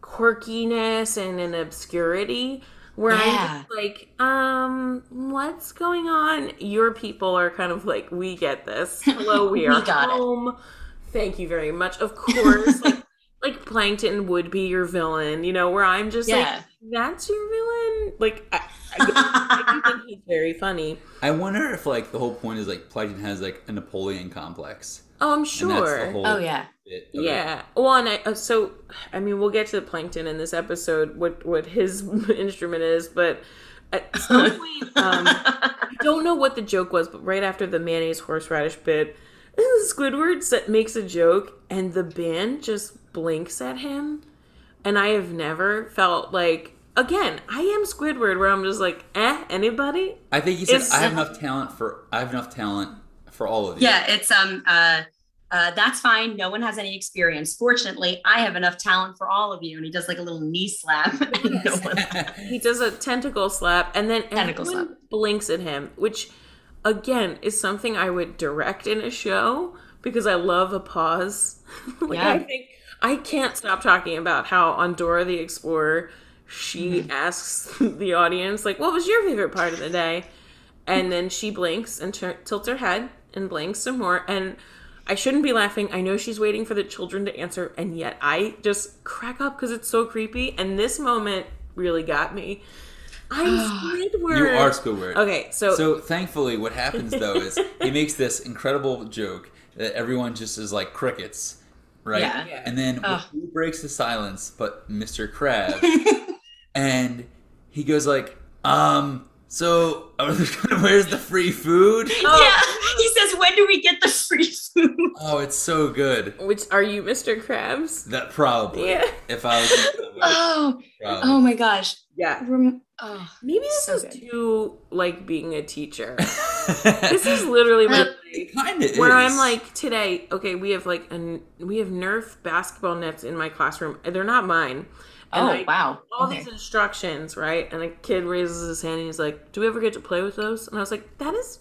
S2: quirkiness and an obscurity where
S3: Yeah.
S2: I'm just like, um, what's going on? Your people are kind of like, we get this. Hello, we
S3: We
S2: are
S3: got it.
S2: home. Thank you very much. Of course, like like Plankton would be your villain, you know, where I'm just like,
S3: Yeah.
S2: that's your villain. Like I, I, I do think he's very funny.
S1: I wonder if like the whole point is like Plankton has like a Napoleon complex.
S2: Oh, I'm
S1: And that's the
S2: sure.
S1: whole
S3: oh yeah.
S1: bit of it.
S2: Yeah. Well, and I, uh, so I mean, we'll get to the plankton in this episode. What what his instrument is, but at some point, um, I don't know what the joke was, but right after the mayonnaise horseradish bit, Squidward sa- makes a joke, and the band just blinks at him, and I have never felt like again I am Squidward, where I'm just like, eh, anybody?
S1: I think he said
S2: It's-
S1: I have enough talent for I have enough talent for all of you.
S3: Yeah, it's um uh uh, that's fine. No one has any experience. Fortunately, I have enough talent for all of you. And he does like a little knee slap. And no one-
S2: He does a tentacle slap, and then
S3: Tentacle
S2: everyone
S3: slap.
S2: blinks at him, which again is something I would direct in a show because I love a pause. like I
S3: Yeah.
S2: think I can't stop talking about how on Dora the Explorer she
S3: Mm-hmm.
S2: asks the audience like, "What was your favorite part of the day?" And then she blinks and tur tilts her head and blinks some more. And I shouldn't be laughing. I know she's waiting for the children to answer, and yet I just crack up because it's so creepy. And this moment really got me. I'm Squidward.
S1: You are Squidward.
S2: Okay, so,
S1: So thankfully, what happens though is he makes this incredible joke that everyone just is like crickets, right?
S3: Yeah.
S2: Yeah.
S1: And then
S3: Ugh.
S1: who breaks the silence but Mr. Crab? and he goes like, um, so where's the free food?
S2: Oh.
S3: Yeah. He says, when do we get the free food?
S1: Oh, it's so good.
S2: which are you, Mr. Krabs?
S1: That probably,
S2: Yeah.
S1: if I was, probably.
S3: Oh, oh my gosh.
S2: Yeah.
S3: Rem- oh.
S2: Maybe this
S3: So
S2: is
S3: good.
S2: too like being a teacher. this is literally my life.
S1: it kind of
S2: where I'm like today, okay, we have like an we have Nerf basketball nets in my classroom. They're not mine. And
S3: Oh,
S2: I-
S3: wow.
S2: All
S3: Okay.
S2: these instructions, right? And a kid raises his hand and he's like, "Do we ever get to play with those?" And I was like, "That is,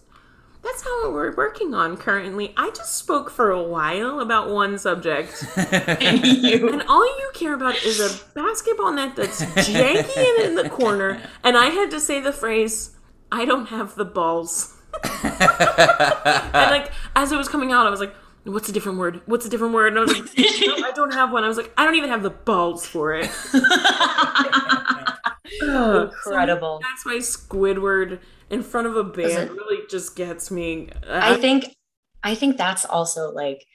S2: that's not what we're working on currently." I just spoke for a while about one subject, and all you care about is a basketball net that's janky and in the corner. And I had to say the phrase, "I don't have the balls."
S3: Uh.
S2: and like as it was coming out, I was like, "What's a different word? What's a different word?" And I was like, "No, I don't have one." I was like, "I don't even have the balls for it." Ugh.
S3: Incredible.
S2: So that's why Squidward in front of a band
S3: Doesn't-
S2: really just gets me. Um,
S3: I think I think that's also like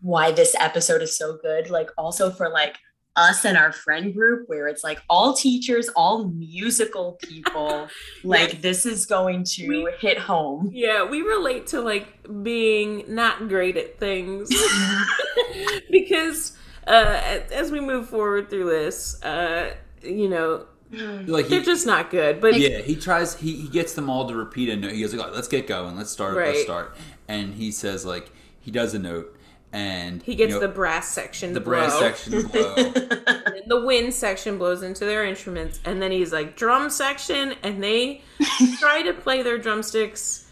S3: why this episode is so good. Like also for like us and our friend group where it's like all teachers, all musical people. like this is going to
S2: We-
S3: hit home.
S2: yeah, we relate to like being not great at things because uh, a- as we move forward through this, uh, you know,
S1: like
S2: they're
S1: he,
S2: just not good. But
S1: yeah, he tries. He, he gets them all to repeat a note. He goes like, "Let's get going. Let's start. Let's
S2: Right.
S1: start." And he says like he does a note, and
S2: he gets
S1: you know,
S2: the brass section,
S1: the brass
S2: blow,
S1: section blow.
S2: and then the wind section blows into their instruments, and then he's like drum section, and they try to play their drumsticks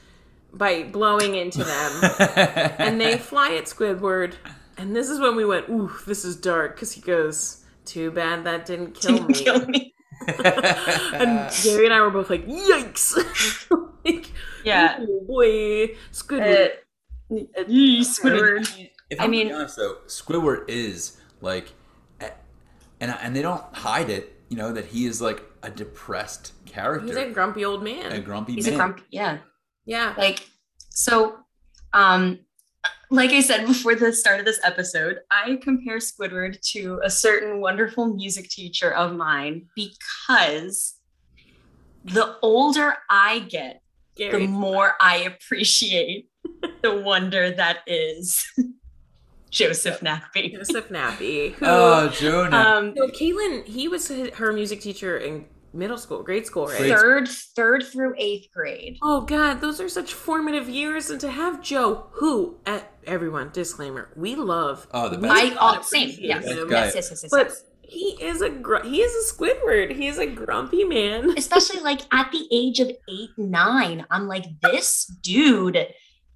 S2: by blowing into them. and they fly at Squidward. And this is when we went, ooh, this is dark, because he goes, too bad that didn't kill me.
S3: Kill me.
S2: and Gary and I were both like, yikes! like,
S3: Yeah.
S2: "Ooh, boy,
S3: Uh,
S2: Squidward.
S3: yee, Squidward.
S1: If
S3: I
S1: I'm I mean,
S3: mean-
S1: being honest though, Squidward is like, a- and and they don't hide it. You know that he is like a depressed character,
S2: He's a grumpy old man.
S1: a grumpy
S3: He's
S1: man.
S3: a grump. Yeah.
S2: yeah.
S3: like so um like i said before the start of this episode i compare squidward to a certain wonderful music teacher of mine because the older i get the
S2: Gary.
S3: more i appreciate the wonder that is joseph nappy
S2: Joseph Nappy. Who,
S1: Oh, Jonah.
S3: um
S2: so Caitlin, he was his- her music teacher in middle school, grade school, right?
S1: Grade-
S3: third third through eighth grade
S2: Oh God, those are such formative years, and to have Joe, who uh, everyone disclaimer, we love.
S1: Oh, the
S2: we
S1: best.
S3: i all same
S2: appreciate
S3: yes yes
S1: That
S2: him,
S1: guy.
S3: yes yes, yes, yes.
S2: But he is a gr- he is a Squidward. He is a grumpy man.
S3: especially like at the age of eight, nine, I'm like, this dude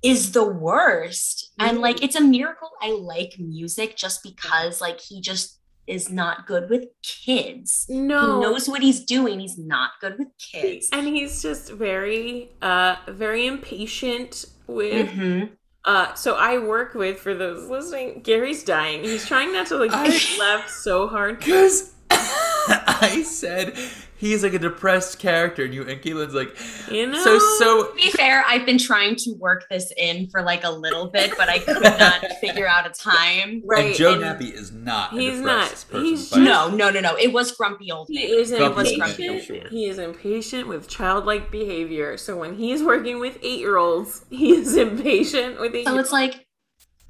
S3: is the worst. And like, it's a miracle I like music just because like he just is not good with kids.
S2: No,
S3: He knows what he's doing. He's not good with kids.
S2: and he's just very uh very impatient with.
S3: Mhm.
S2: Uh, so I work with for those listening. Gary's dying. He's trying not to like
S1: I-
S2: laugh so hard.
S1: Because I said he's like a depressed character, and you and Caitlin's like,
S2: You know.
S1: so so.
S3: To be fair, I've been trying to work this in for like a little bit, but I could not figure out a time.
S1: and
S2: right.
S1: Joe
S2: and uh,
S1: Nappy is not.
S2: He's
S1: a depressed
S2: not.
S1: Person
S2: He's
S1: by-
S3: No, no, no, no. It was grumpy old
S2: He
S3: man.
S2: is
S1: Grumpy's
S2: impatient.
S1: grumpy, sure.
S2: He is impatient with childlike behavior. So when he's working with eight-year-olds, he is impatient with eight.
S3: So it's like,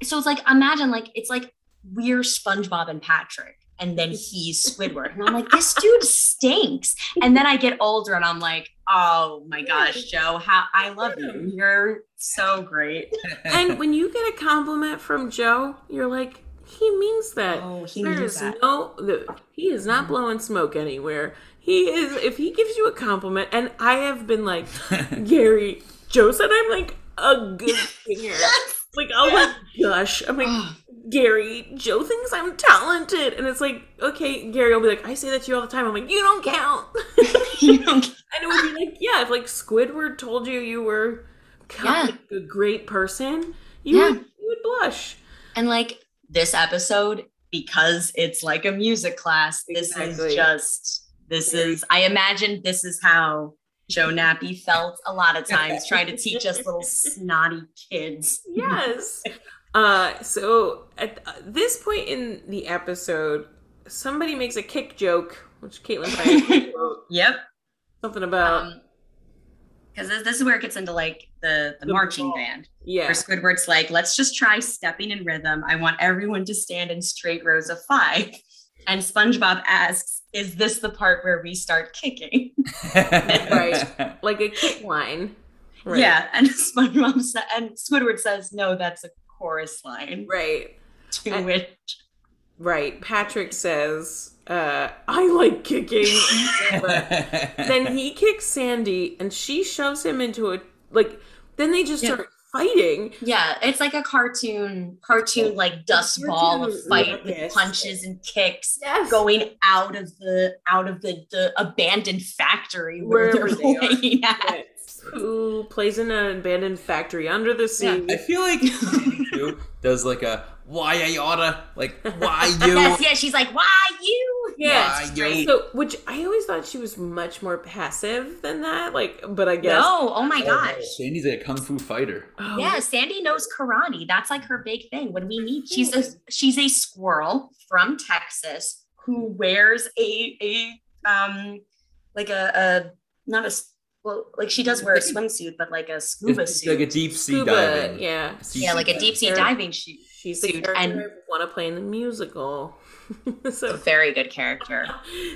S3: so it's like, imagine like it's like we're SpongeBob and Patrick, and then he's Squidward, and I'm like, this dude stinks. And then I get older, and I'm like, oh my gosh, Joe, how I love you. You're so great.
S2: and when you get a compliment from Joe, you're like, he means that.
S3: Oh, he
S2: There
S3: needs
S2: is
S3: that.
S2: no, the, he is not blowing smoke anywhere. He is. If he gives you a compliment, and I have been like, Gary, Joe said I'm like a good singer. Like, oh my gosh, I'm like,
S3: Ah.
S2: Gary, Joe thinks I'm talented, and it's like, okay, Gary will be like, I say that to you all the time. I'm like, you don't count.
S3: You don't-
S2: And it would be like, yeah, if like Squidward told you you were kind of a great person, you
S3: Yeah.
S2: would you would blush.
S3: and like this episode, because it's like a music class, this
S2: Exactly.
S3: is just This is, I imagine this is how Joe Nappy felt a lot of times trying to teach us little snotty kids.
S2: yes. Uh, so at uh, this point in the episode, somebody makes a kick joke, which Caitlin finds
S3: Yep.
S2: something about
S3: Um, because this, this is where it gets into like the the,
S2: The
S3: marching
S2: ball.
S3: band
S2: yeah,
S3: where Squidward's like, let's just try stepping in rhythm. I want everyone to stand in straight rows of five. And SpongeBob asks, is this the part where we start kicking?
S1: right.
S2: like a kick line.
S3: Yeah. And SpongeBob sa- and Squidward says, no, that's a chorus line.
S2: Right.
S3: To which
S2: Right. Patrick says, uh, "I like kicking." But then he kicks Sandy, and she shoves him into a like. Then they just
S3: Yeah.
S2: start fighting.
S3: Yeah, it's like a cartoon, cartoon like dust ball of
S2: Cartoon,
S3: fight with
S2: yes.
S3: punches and kicks
S2: Yes.
S3: going out of the out of the, the abandoned factory where
S2: Wherever
S3: they're
S2: they are.
S3: playing at.
S2: Who plays in an abandoned factory under the sea?
S1: I feel like Sue does like a why I oughta like why you
S3: Yes, yeah, she's like, "Why you?"
S2: Yes.
S1: why
S3: great.
S1: you
S2: So, which I always thought she was much more passive than that. Like, but I guess.
S3: No, oh my gosh.
S1: Sandy's like a kung fu fighter.
S2: Oh,
S3: Yeah, Sandy knows karate. That's like her big thing. When we meet, she's a she's a squirrel from Texas who wears a a um like a, a not a s- well like she does wear a swimsuit, but like a scuba
S1: It's
S3: suit.
S1: like a deep sea
S2: Scuba,
S1: diving.
S2: yeah.
S1: Sea
S3: yeah, like a
S1: diving.
S3: deep sea
S2: Sure.
S3: diving shoot.
S2: She's the
S3: Dude,
S2: character
S3: and-
S2: I want to play in the musical.
S3: A
S2: so,
S3: very good character.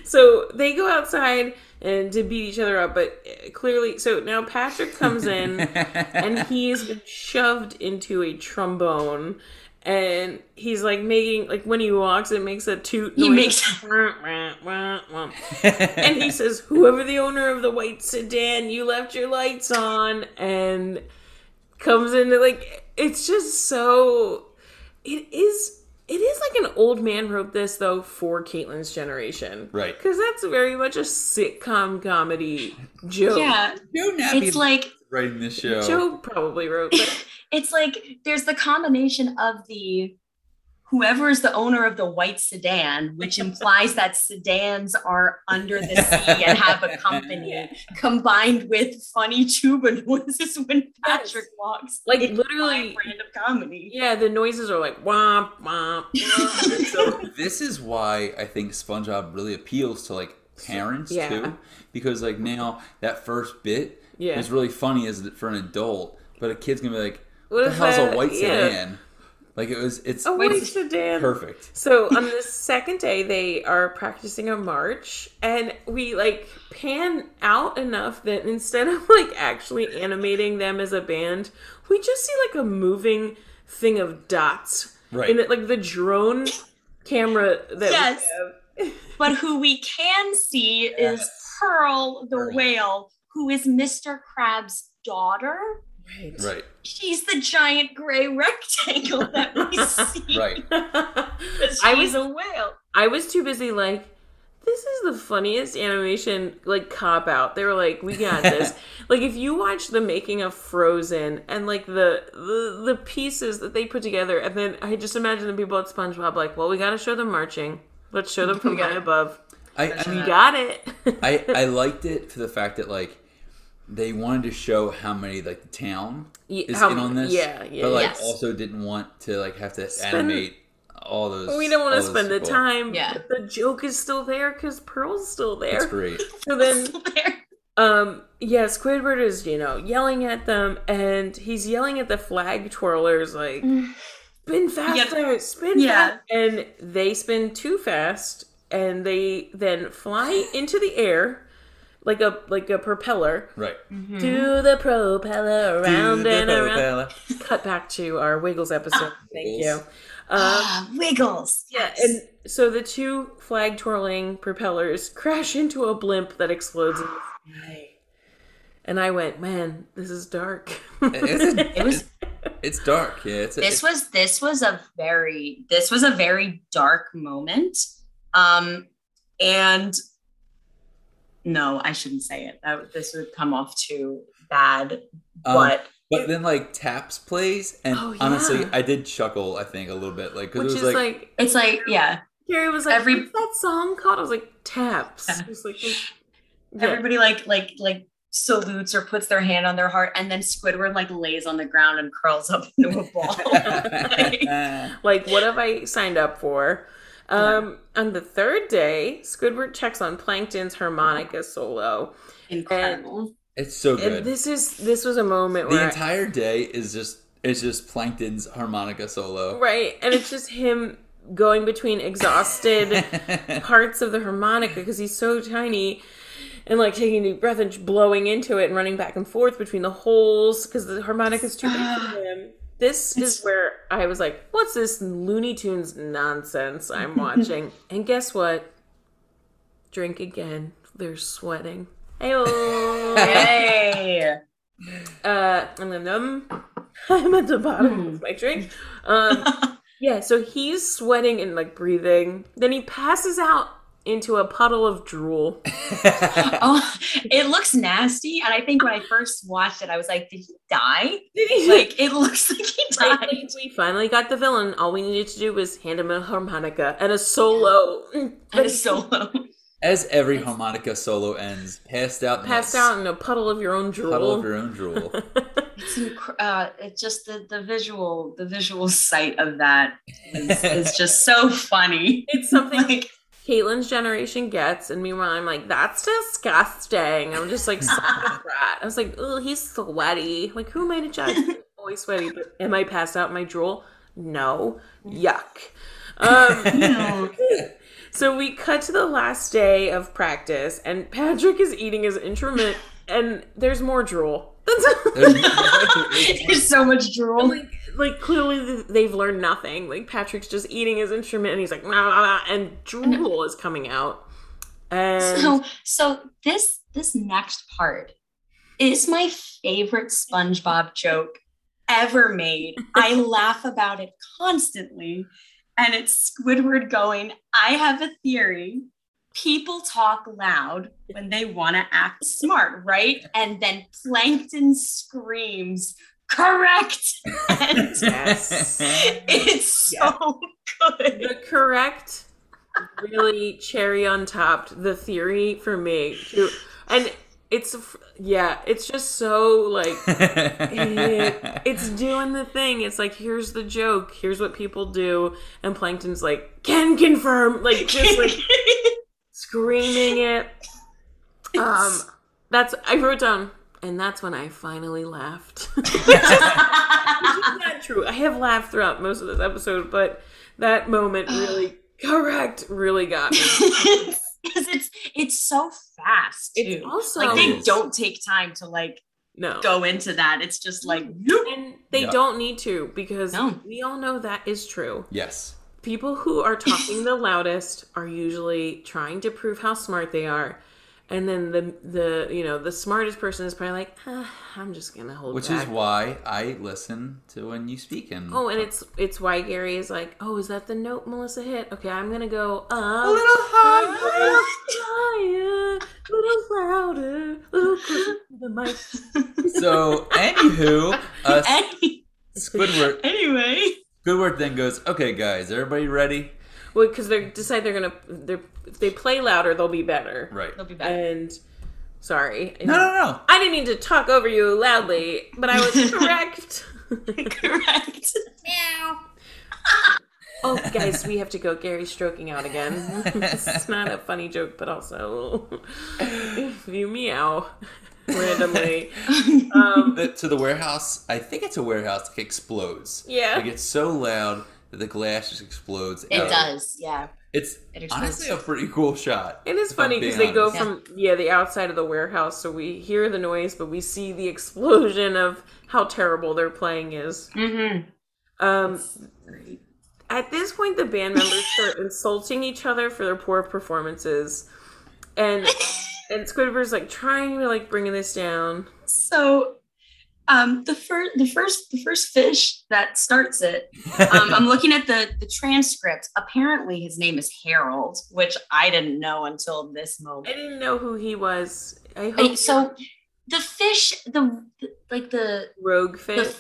S2: so they go outside and to beat each other up, but uh, clearly, so now Patrick comes in and he has been shoved into a trombone, and he's like making like when he walks, it makes a toot.
S3: He
S2: noise.
S3: makes-
S2: and he says, "Whoever the owner of the white sedan, you left your lights on," and comes into like it's just so. It is. It is like an old man wrote this though for Caitlyn's generation,
S1: Right.
S2: Because that's very much a sitcom comedy joke.
S3: Yeah,
S1: Joe Nappy
S3: it's like
S1: writing this show.
S2: Joe probably wrote that.
S3: it's like there's the combination of the whoever is the owner of the white sedan, which implies that sedans are under the sea and have a company, combined with funny tuba noises when Patrick walks.
S2: Like,
S3: It's
S2: literally-
S3: my brand of comedy.
S2: yeah, the noises are like womp womp. womp.
S1: so this is why I think SpongeBob really appeals to like parents
S2: Yeah.
S1: too, because like now that first bit
S2: Yeah.
S1: is really funny as for an adult, but a kid's gonna be like, "What
S2: What
S1: the
S2: is
S1: hell's a
S2: that?
S1: white
S2: Yeah.
S1: sedan?" Like it was, it's
S2: a white
S1: it's
S2: sedan.
S1: perfect.
S2: So on the second day, they are practicing a march, and we like pan out enough that instead of like actually animating them as a band, we just see like a moving thing of dots,
S1: Right.
S2: And it, like the drone camera that
S3: Yes.
S2: we have.
S3: But who we can see is
S1: Yes.
S3: Pearl the
S1: Pearl.
S3: whale, who is Mr. Crab's daughter.
S1: Right,
S3: She's the giant gray rectangle that we see.
S1: right.
S3: because
S2: I
S3: she's
S2: was-
S3: a whale.
S2: I was too busy like this is the funniest animation like cop out. They were like, "We got this." like if you watch the making of Frozen and like the the the pieces that they put together, and then I just imagine the people at SpongeBob like, "Well, we got to show them marching. Let's show them from high above.
S1: I, I
S2: We
S1: mean,
S2: got it."
S1: I I liked it for the fact that like they wanted to show how many like the town
S2: Yeah,
S1: is
S2: how-
S1: in on this,
S2: yeah, yeah,
S1: but like
S3: yes.
S1: also didn't want to like have to animate all those.
S2: we don't want
S1: all
S2: to
S1: those
S2: spend the
S1: people.
S2: time.
S3: Yeah.
S2: but the joke is still there because Pearl's still
S1: It's
S2: there.
S1: great.
S2: So then
S3: There.
S2: Um, yeah, Squidward is, you know, yelling at them and he's yelling at the flag twirlers like
S1: Mm.
S2: spin faster, spin
S3: Yeah.
S2: fast and they spin too fast and they then fly into the air like a like a propeller.
S1: Right.
S2: Do the propeller round
S1: Hmm. Do the
S2: and around.
S1: propeller. Ah.
S2: Cut back to our Wiggles episode. Thank you.
S1: Wiggles.
S2: Um,
S3: Ah, Wiggles.
S2: yeah, and so the two flag twirling propellers crash into a blimp that explodes in the sky. And I went, man, this is dark.
S1: It's,
S3: It was-
S1: it's dark. Yeah, it's,
S3: this
S1: it's
S3: was this was a very this was a very dark moment. Um and no, I shouldn't say it. That, this would come off too bad.
S1: um,
S3: but
S1: but then like taps plays, and
S2: Oh,
S1: honestly,
S2: yeah.
S1: I did chuckle. I think a little bit, like
S2: which
S1: because it
S2: is
S1: was like,
S2: like,
S3: it's like, yeah,
S2: Carrie was like,
S3: Every-
S2: "What's that song called?" I was like, "Taps." I was like, yeah.
S3: Everybody like like like salutes or puts their hand on their heart, and then Squidward like lays on the ground and curls up into a ball. Like,
S2: oh, like what have I signed up for? Um, On the third day, Squidward checks on Plankton's harmonica solo,
S3: incredible.
S1: it's so
S2: and
S1: good.
S2: this is this was a moment
S1: the
S2: where
S1: entire day is just it's just Plankton's harmonica solo.
S2: right, and it's just him going between exhausted parts of the harmonica because he's so tiny and like taking a deep breath and just blowing into it and running back and forth between the holes because the harmonica is too big for him. This is where I was like, what's this Looney Tunes nonsense I'm watching? and guess what? Drink again. They're sweating. Hey,
S3: Yay!
S2: uh, and then um, I'm at the bottom
S1: Hmm.
S2: of my drink. Um, yeah, so he's sweating and like breathing. Then he passes out into a puddle of drool.
S3: oh, it looks nasty. And I think when I first watched it, I was like, did he die?
S2: Did he like?
S3: Like, it looks like he
S2: Right,
S3: died.
S2: like, we finally got the villain. All we needed to do was hand him a harmonica and a solo.
S3: And a solo.
S1: As every harmonica solo ends, passed out, in
S2: Passed
S1: that
S2: out in a puddle of your own drool.
S1: puddle of your own drool.
S3: It's inc- uh, it's just the, the visual, the visual sight of that is, is just so funny.
S2: it's something
S3: Like,
S2: Caitlin's generation gets, and meanwhile, I'm like, that's disgusting. I'm just like, such a brat. I was like, oh, he's sweaty. Like, who am I to judge? He's always sweaty, but am I passed out in my drool? No. Yuck. Um, so we cut to the last day of practice, and Patrick is eating his instrument, and there's more drool.
S3: there's so much drool.
S2: like, like clearly th- they've learned nothing. Like Patrick's just eating his instrument, and he's like, "Nah, nah, nah," and drool is coming out. And
S3: So, so this this next part is my favorite SpongeBob joke ever made. I laugh about it constantly, and it's Squidward going, "I have a theory. People talk loud when they want to act smart, right?" And then Plankton screams, "Correct!" And it's so good.
S2: the correct really cherry on topped the theory for me too and it's yeah it's just so like it- it's doing the thing it's like here's the joke here's what people do and plankton's like can confirm like just like screaming it um that's i wrote down and that's when i finally laughed not true. I have laughed throughout most of this episode, but that moment really correct really got me.
S3: because it's it's so fast too.
S2: It's also
S3: like they
S1: Yes.
S3: don't take time to like
S2: no.
S3: go into that it's just like nope.
S2: And they
S1: Yeah.
S2: don't need to because
S3: No.
S2: we all know that is true.
S1: yes.
S2: People who are talking the loudest are usually trying to prove how smart they are. And then the the you know the smartest person is probably like ah, I'm just gonna hold
S1: Which
S2: back.
S1: is why I listen to when you speak and
S2: oh, and it's it's why Gary is like oh is that the note Melissa hit? Okay, I'm gonna go "Uh, up.
S1: a little higher.
S2: higher, little louder, little closer to the mic.
S1: so, anywho, uh,
S3: Any-
S1: Squidward,
S3: anyway
S1: Squidward then goes, "Okay, guys, everybody ready?"
S2: Well, because they decide they're gonna they're if they play louder, they'll be better.
S1: Right.
S3: they'll be back
S2: And sorry,
S1: No, no, no.
S2: I didn't mean to talk over you loudly, but I was correct.
S3: correct
S2: oh, guys, we have to go. Gary's stroking out again. it's not a funny joke, but also if you meow randomly. Um,
S1: The- to the warehouse. I think it's a warehouse. Like explodes.
S2: Yeah.
S1: Like it's so loud that the glass just explodes.
S3: it
S1: out.
S3: does yeah
S1: It's
S3: It explodes.
S1: Oh. honestly a pretty cool shot.
S2: It is
S1: if I'm
S2: funny
S1: being
S2: because they go
S1: honest.
S2: from yeah the outside of the warehouse, so we hear the noise, but we see the explosion of how terrible their playing is.
S3: mm-hmm.
S2: Um, at this point, the band members start insulting each other for their poor performances, and and Squidward's like trying to like bring this down.
S3: so um the first the first the first fish that starts it um, I'm looking at the the transcript. Apparently, his name is Harold, which I didn't know until this
S2: I
S3: moment.
S2: didn't know who he was. I hope
S3: Uh, So, the fish, the like the
S2: you're a rogue
S3: the
S2: fish.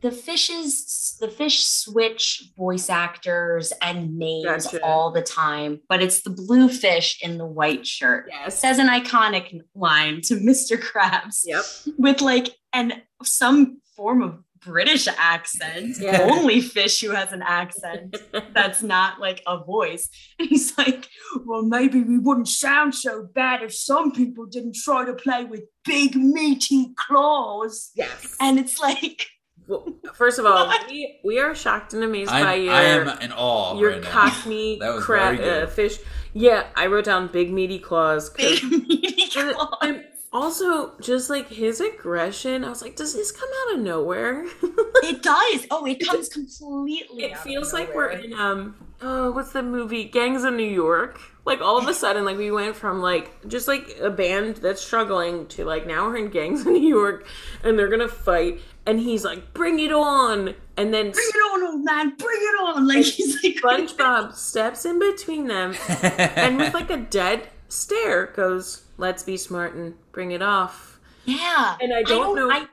S3: the fishes the fish switch voice actors and names
S2: Gotcha.
S3: all the time but it's the blue fish in the white shirt
S2: Yes.
S3: says an iconic line to mr krabs
S2: Yep.
S3: with like an some form of british accent
S2: Yeah.
S3: only fish who has an accent that's not like a voice and he's like well maybe we wouldn't sound so bad if some people didn't try to play with big meaty claws
S2: Yes.
S3: and it's like
S2: Well, first of all,
S3: What?
S2: we, we are shocked and amazed
S1: I'm,
S2: by your
S1: I am in awe
S2: your
S1: right now.
S2: Cockney
S1: That was
S2: crab
S1: very good.
S2: uh, fish. Yeah, I wrote down big meaty claws. 'cause-
S3: big meaty claws.
S2: I'm also just like his aggression. I was like, does this come out of nowhere?
S3: It does. Oh, it comes completely.
S2: it
S3: out of
S2: feels like we're
S3: nowhere.
S2: in um oh what's the movie gangs of new york like all of a sudden like we went from like just like a band that's struggling to like now we're in gangs of new york and they're gonna fight and he's like bring it on and then
S3: Bring it on, old man. Bring it on. Like he's like.
S2: spongebob steps in between them and with like a dead stare goes let's be smart and bring it off
S3: Yeah.
S2: and i don't, know
S3: I,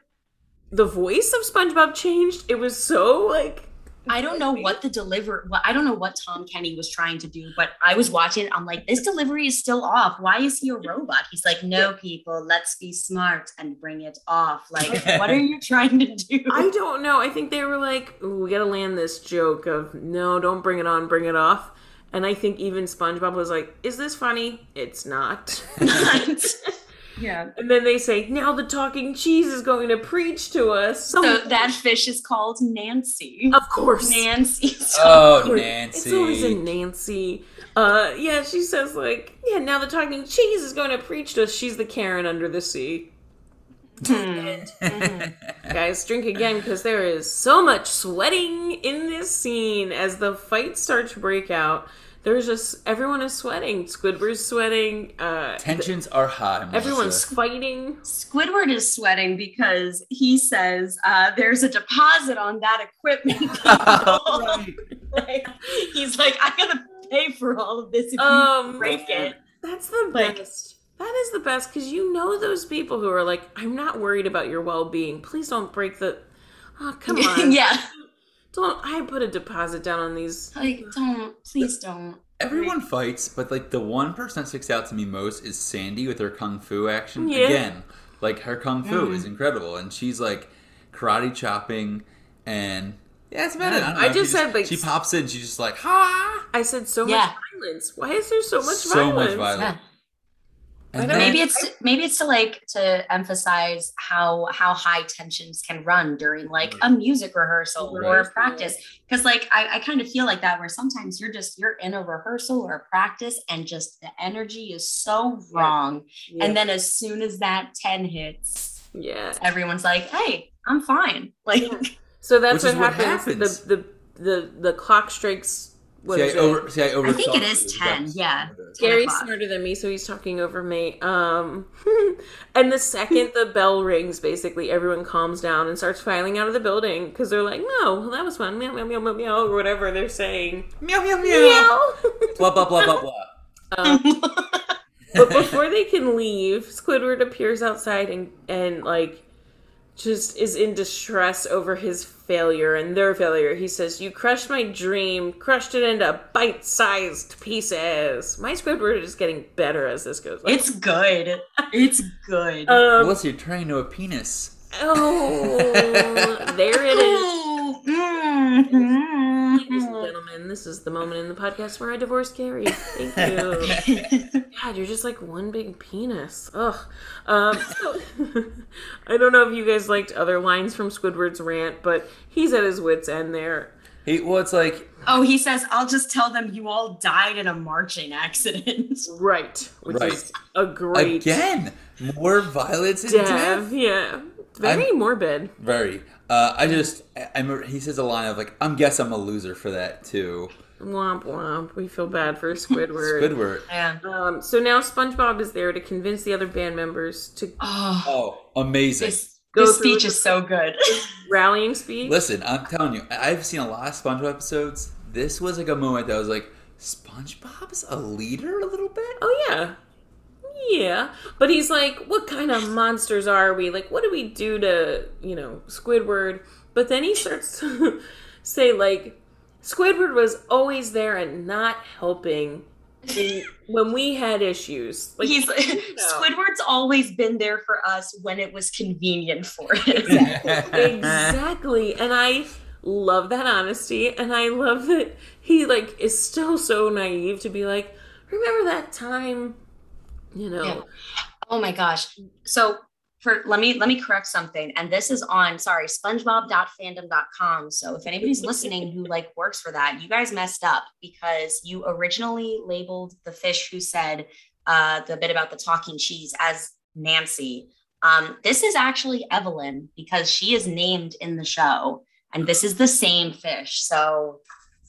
S2: the voice of spongebob changed it was so like
S3: I don't know what the deliver. What I don't know what Tom Kenny was trying to do, but I was watching. it, I'm like, this delivery is still off. Why is he a robot? He's like, no, people. Let's be smart and bring it off. Like, what are you trying to do?
S2: I don't know. I think they were like, "Ooh, we gotta land this joke of no, don't bring it on, bring it off. And I think even SpongeBob was like, is this funny? It's not.
S3: yeah.
S2: and then they say, now the talking cheese is going to preach to us.
S3: So
S2: Some-
S3: that fish is called Nancy.
S2: of course.
S3: Nancy.
S1: oh,
S2: Or-
S1: Nancy.
S2: It's always a Nancy. Uh, yeah, she says like, yeah, now the talking cheese is going to preach to us. She's the Karen under the sea.
S1: Oh.
S2: Guys, drink again because there is so much sweating in this scene as the fight starts to break out. There's just everyone is sweating. Squidward's sweating. Uh,
S1: Tensions are high. Melissa.
S2: everyone's fighting.
S3: Squidward is sweating because he says uh, there's a deposit on that equipment. people."
S1: Right.
S3: Like, he's like, I gotta pay for all of this if you
S2: Um,
S3: break it.
S2: that's the
S3: Like-
S2: best. That is the best because you know those people who are like, I'm not worried about your well being. Please don't break the. Oh, come on.
S3: yeah,
S2: Don't I put a deposit down on these?
S3: like don't, please don't.
S1: Everyone fights, but like the one person that sticks out to me most is Sandy with her kung fu action.
S2: Yeah. Mm.
S1: Again, like her kung fu is incredible, and she's like karate chopping, and yeah, that's about it. I, don't
S2: I
S1: know,
S2: just
S1: she
S2: said, like,
S1: she pops in, she's just like ha,
S2: I said so
S3: Yeah.
S2: much violence. Why is there so much
S1: so
S2: violence?
S1: much violence.
S2: I
S1: And
S2: don't-
S1: then-
S3: Maybe it's maybe it's to like to emphasize how how high tensions can run during like a music rehearsal or a
S2: Right.
S3: practice. Because like I, I kind of feel like that where sometimes you're just you're in a rehearsal or a practice and just the energy is so
S2: Yeah.
S3: wrong.
S2: Yeah.
S3: And then as soon as that 10 hits,
S2: yeah.
S3: everyone's like, hey, I'm fine. Like,
S2: Yeah. So that's
S1: Which is
S2: what
S1: what
S2: happens.
S1: happens.
S2: The, the the the clock strikes. What
S1: see, I
S2: is it?
S1: over, see, I over.
S3: I think it is 10. Yeah.
S2: Gary's
S3: 10 o'clock.
S2: smarter than me, so he's talking over me. Um, and the second the bell rings, basically everyone calms down and starts filing out of the building because they're like, "No, well, that was fun, meow meow meow meow meow," or whatever they're saying.
S1: Meow meow meow.
S2: Meow.
S1: Blah blah blah blah blah.
S2: but before they can leave, Squidward appears outside and and like just is in distress over his failure and their failure. He says, "You crushed my dream, crushed it into bite-sized pieces." My Squidward is getting better as this goes. on.
S3: it's good. It's good.
S2: um,
S1: Melissa, you're turning into a penis.
S2: oh, there it is.
S3: Ooh, mm, mm,
S2: Ladies and
S3: mm.
S2: gentlemen, this is the moment in the podcast where I divorce Gary. Thank you. God, you're just like one big penis. Ugh. Um, so- I don't know if you guys liked other lines from Squidward's rant, but he's at his wits' end there.
S1: He, well, it's like
S3: oh, he says, I'll just tell them you all died in a marching accident.
S2: Right. Which
S1: Right.
S2: is a great
S1: again more violence and death.
S2: dev. Yeah. Very morbid.
S1: Very. Uh, I just, I, I remember he says a line of like, "I'm guess I'm a loser for that too."
S2: Womp womp. We feel bad for Squidward.
S1: Squidward.
S3: Yeah.
S2: Um, so now SpongeBob is there to convince the other band members to
S3: Oh,
S1: Oh, amazing!
S3: this,
S2: Go
S3: this
S2: through
S3: speech
S2: it.
S3: is so good.
S2: rallying speech.
S1: Listen, I'm telling you, I- I've seen a lot of SpongeBob episodes. This was like a moment that I was like, "SpongeBob's a leader a little bit."
S2: Oh yeah. yeah. But he's like, what kind of monsters are we? Like, what do we do to, you know, Squidward? But then he starts to say, like, Squidward was always there and not helping in, when we had issues. Like,
S3: He's
S2: you know.
S3: Squidward's always been there for us when it was convenient for him.
S2: exactly and i love that honesty and i love that he like is still so naive to be like remember that time you know
S3: Yeah. Oh my gosh. So for let me let me correct something. And this is on sorry, spongebob.fandom.com. So if anybody's listening who like works for that, you guys messed up because you originally labeled the fish who said uh the bit about the talking cheese as Nancy. Um, this is actually Evelyn because she is named in the show, and this is the same fish. So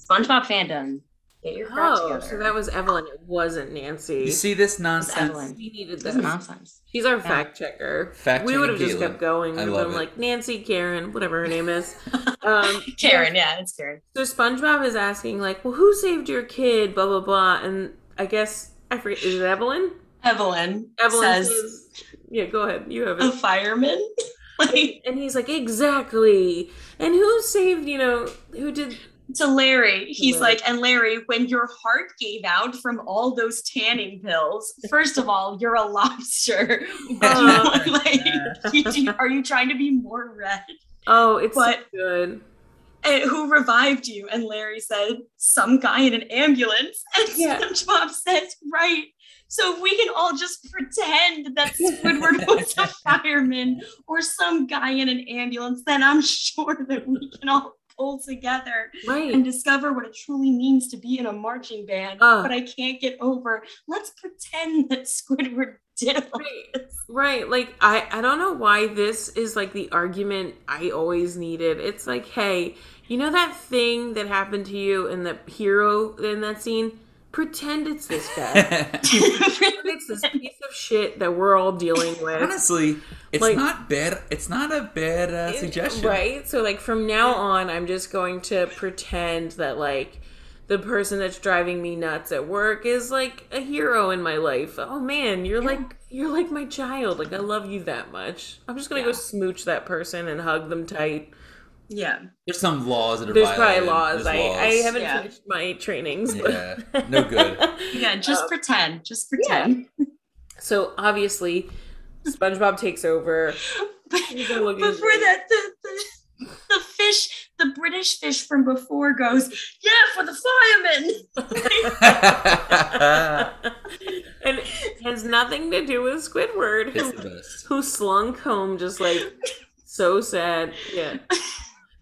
S3: SpongeBob fandom, get your crap
S2: oh
S3: together.
S2: so that was evelyn it wasn't nancy
S1: You see this nonsense?
S3: Evelyn.
S2: we needed
S3: this
S2: this
S3: is nonsense.
S2: she's our
S3: Yeah.
S2: fact checker
S1: Fact
S2: we
S1: checker
S2: would have just
S1: Caitlin.
S2: kept going
S1: I
S2: we've
S1: love
S2: been
S1: it.
S2: like nancy karen whatever her name is um
S3: Karen, yeah, it's Karen.
S2: So SpongeBob is asking, like, well, who saved your kid? Blah blah blah. And I guess I forget. Is it Evelyn?
S3: Evelyn,
S2: Evelyn
S3: says, Oh.
S2: says, "Yeah, go ahead. You have
S3: a
S2: it."
S3: fireman. like
S2: And he's like, "Exactly." And who saved? You know, who did?
S3: to Larry, he's
S2: Right.
S3: like, and Larry, when your heart gave out from all those tanning pills, first of all, you're a lobster.
S2: Uh.
S3: like, you- are you trying to be more red?
S2: Oh, it's so
S3: What?
S2: good.
S3: And who revived you? And Larry said, some guy in an ambulance. And
S2: Yeah.
S3: SpongeBob says, right. So if we can all just pretend that Squidward was a fireman or some guy in an ambulance, then I'm sure that we can all pull together and
S2: Right.
S3: discover what it truly means to be in a marching band.
S2: Ah.
S3: But I can't get over. Let's pretend that Squidward did. all
S2: Right.
S3: this.
S2: Right. Like I, I don't know why this is like the argument I always needed. It's like, hey, you know that thing that happened to you in the hero in that scene? Pretend it's this guy. it's this piece of shit that we're all dealing with.
S1: Honestly, it's
S2: Like-
S1: not bad. It's not a bad uh, suggestion.
S2: Right? So, like, from now on, I'm just going to pretend that, like, the person that's driving me nuts at work is like a hero in my life. Oh man, you're like you're like my child. Like I love you that much. I'm just gonna go smooch that person and hug them tight.
S3: yeah.
S1: There's some laws that are
S2: There's probably
S1: violated.
S2: laws.
S1: There's
S2: I, I
S1: laws.
S2: haven't
S3: Yeah.
S2: finished my trainings.
S1: Yeah, no good.
S3: Yeah, just
S2: Um,
S3: pretend. Just pretend.
S2: So obviously, SpongeBob takes over. He's
S3: Before
S2: all looking great.
S3: that, the, the, the fish, the British fish from before goes, yeah, for the firemen.
S1: Ah.
S2: and it has nothing to do with Squidward,
S1: it's
S2: who,
S1: the best.
S2: who slunk home just like so sad. Yeah,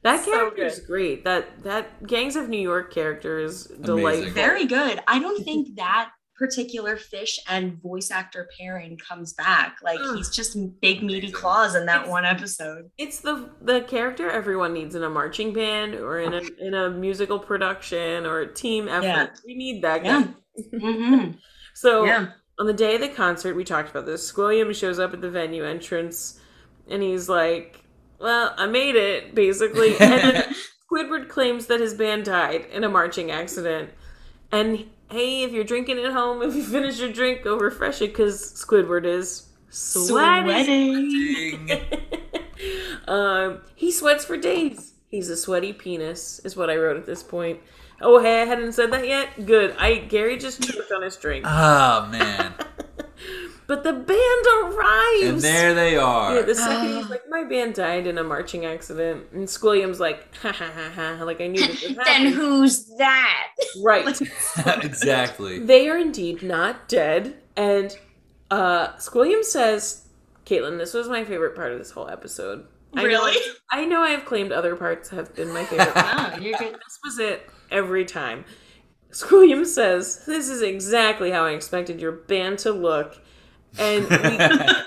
S2: that
S3: So
S2: character is great. That that Gangs of New York character is delightful.
S3: Very good. I don't think that particular fish and voice actor pairing comes back. Like
S2: Ugh.
S3: he's just big meaty
S1: Amazing.
S3: claws in that
S2: It's-
S3: one episode.
S2: It's the the character everyone needs in a marching band or in a in a musical production or a team effort.
S3: Yeah.
S2: We need that guy.
S3: Yeah. hmm
S2: So
S3: Yeah.
S2: on the day of the concert, we talked about this. Squilliam shows up at the venue entrance, and he's like, "Well, I made it, basically." And then Squidward claims that his band died in a marching accident. And hey, if you're drinking at home, if you finish your drink, go refresh it because Squidward is sweating.
S3: Sweating.
S1: Ding.
S2: um, he sweats for days. He's a sweaty penis, is what I wrote at this point. Oh, hey, I hadn't said that yet. Good. I Gary just choked on his drink.
S1: Ah man,
S2: But the band arrives.
S1: and there they are.
S2: Yeah, the second he's like, my band died in a marching accident, and Squilliam's like, ha ha ha ha, like I knew this would happen.
S3: Then who's that?
S2: right?
S1: exactly.
S2: they are indeed not dead, and uh, Squilliam says, "Caitlin, this was my favorite part of this whole episode.
S3: Really?
S2: I know, I know I have claimed other parts have been my favorite. but
S3: Oh, you're good.
S2: this was it every time." Squilliam says, "This is exactly how I expected your band to look," and we cut,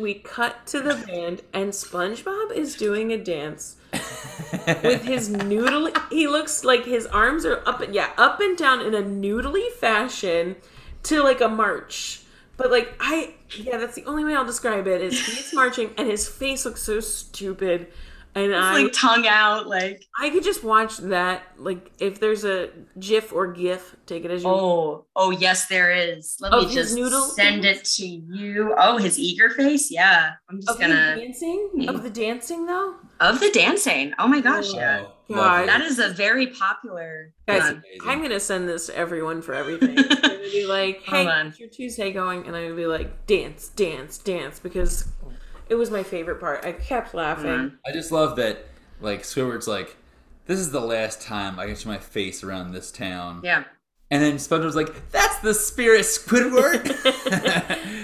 S2: we cut to the band, and SpongeBob is doing a dance with his noodly he looks like his arms are up yeah up and down in a noodly fashion to like a march but like i yeah that's the only way i'll describe it is he's marching and his face looks so stupid and I
S3: like tongue out, like
S2: I could just watch that. Like if there's a GIF or GIF, take it as you.
S3: oh, oh yes, there is. Let
S2: Of
S3: me
S2: his
S3: just
S2: noodle
S3: send it to you. Oh, his eager face. Yeah, I'm just
S2: of
S3: gonna
S2: the dancing, of the dancing though.
S3: of the dancing. Oh my gosh, yeah,
S1: Oh,
S2: God.
S1: lovely.
S3: that is a very popular.
S2: Guys,
S3: Hold on.
S1: amazing.
S2: I'm gonna send this to everyone for everything. They're gonna be like, "Hey,
S3: Hold on.
S2: how's your Tuesday going?" And I'm gonna be like, "Dance, dance, dance," because it was my favorite part. I kept
S3: Mm.
S2: laughing.
S1: I just love that, like, Squidward's like, this is the last time I can show my face around this town.
S3: Yeah,
S1: And then SpongeBob's like, that's the spirit, Squidward.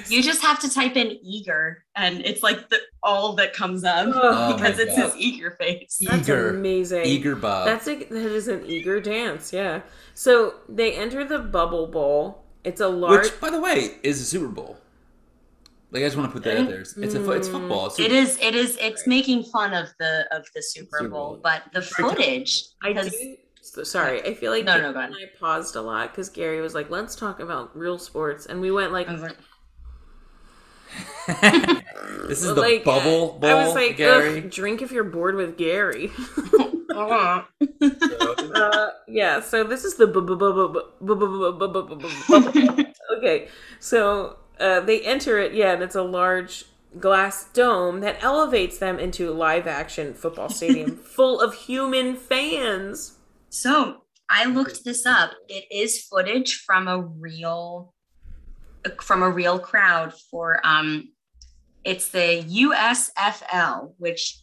S3: you just have to type in eager, and it's like the, all that comes up
S2: Ugh,
S1: Oh my
S3: because it's
S1: God.
S3: his eager face.
S2: that's
S1: eager.
S2: amazing.
S1: Eager Bob.
S2: That's a that is an eager dance. Yeah. So they enter the bubble bowl. It's a large.
S1: Which, by the way, is a Super Bowl. Like, I just want to put that out there. It's, it's a, fo- it's
S2: Mm.
S1: football. It's
S3: It
S1: Super-
S3: is. It is. It's making fun of the of the Super
S1: Super
S3: Bowl,
S1: Bowl.
S3: but the footage
S2: I
S3: because
S2: do. so- Sorry, I feel like
S3: No, no,
S2: Gary
S3: go ahead.
S2: and I paused a lot because Gary was like, "Let's talk about real sports," and we went like,
S3: I was like,
S1: This is the
S2: like,
S1: bubble bowl,
S2: I was like,
S1: Gary.
S2: "Ugh, "Drink if you're bored with Gary."
S1: Uh-huh.
S3: "Ugh."
S2: Uh, yeah, so this is the bu- bu- bu- bu- bu- bu- bu- bu- bu- bu- bu- bu- okay. So uh, they enter it, yeah, and it's a large glass dome that elevates them into a live action football stadium full of human fans.
S3: So I looked this up. It is footage from a real from a real crowd for um it's the USFL, which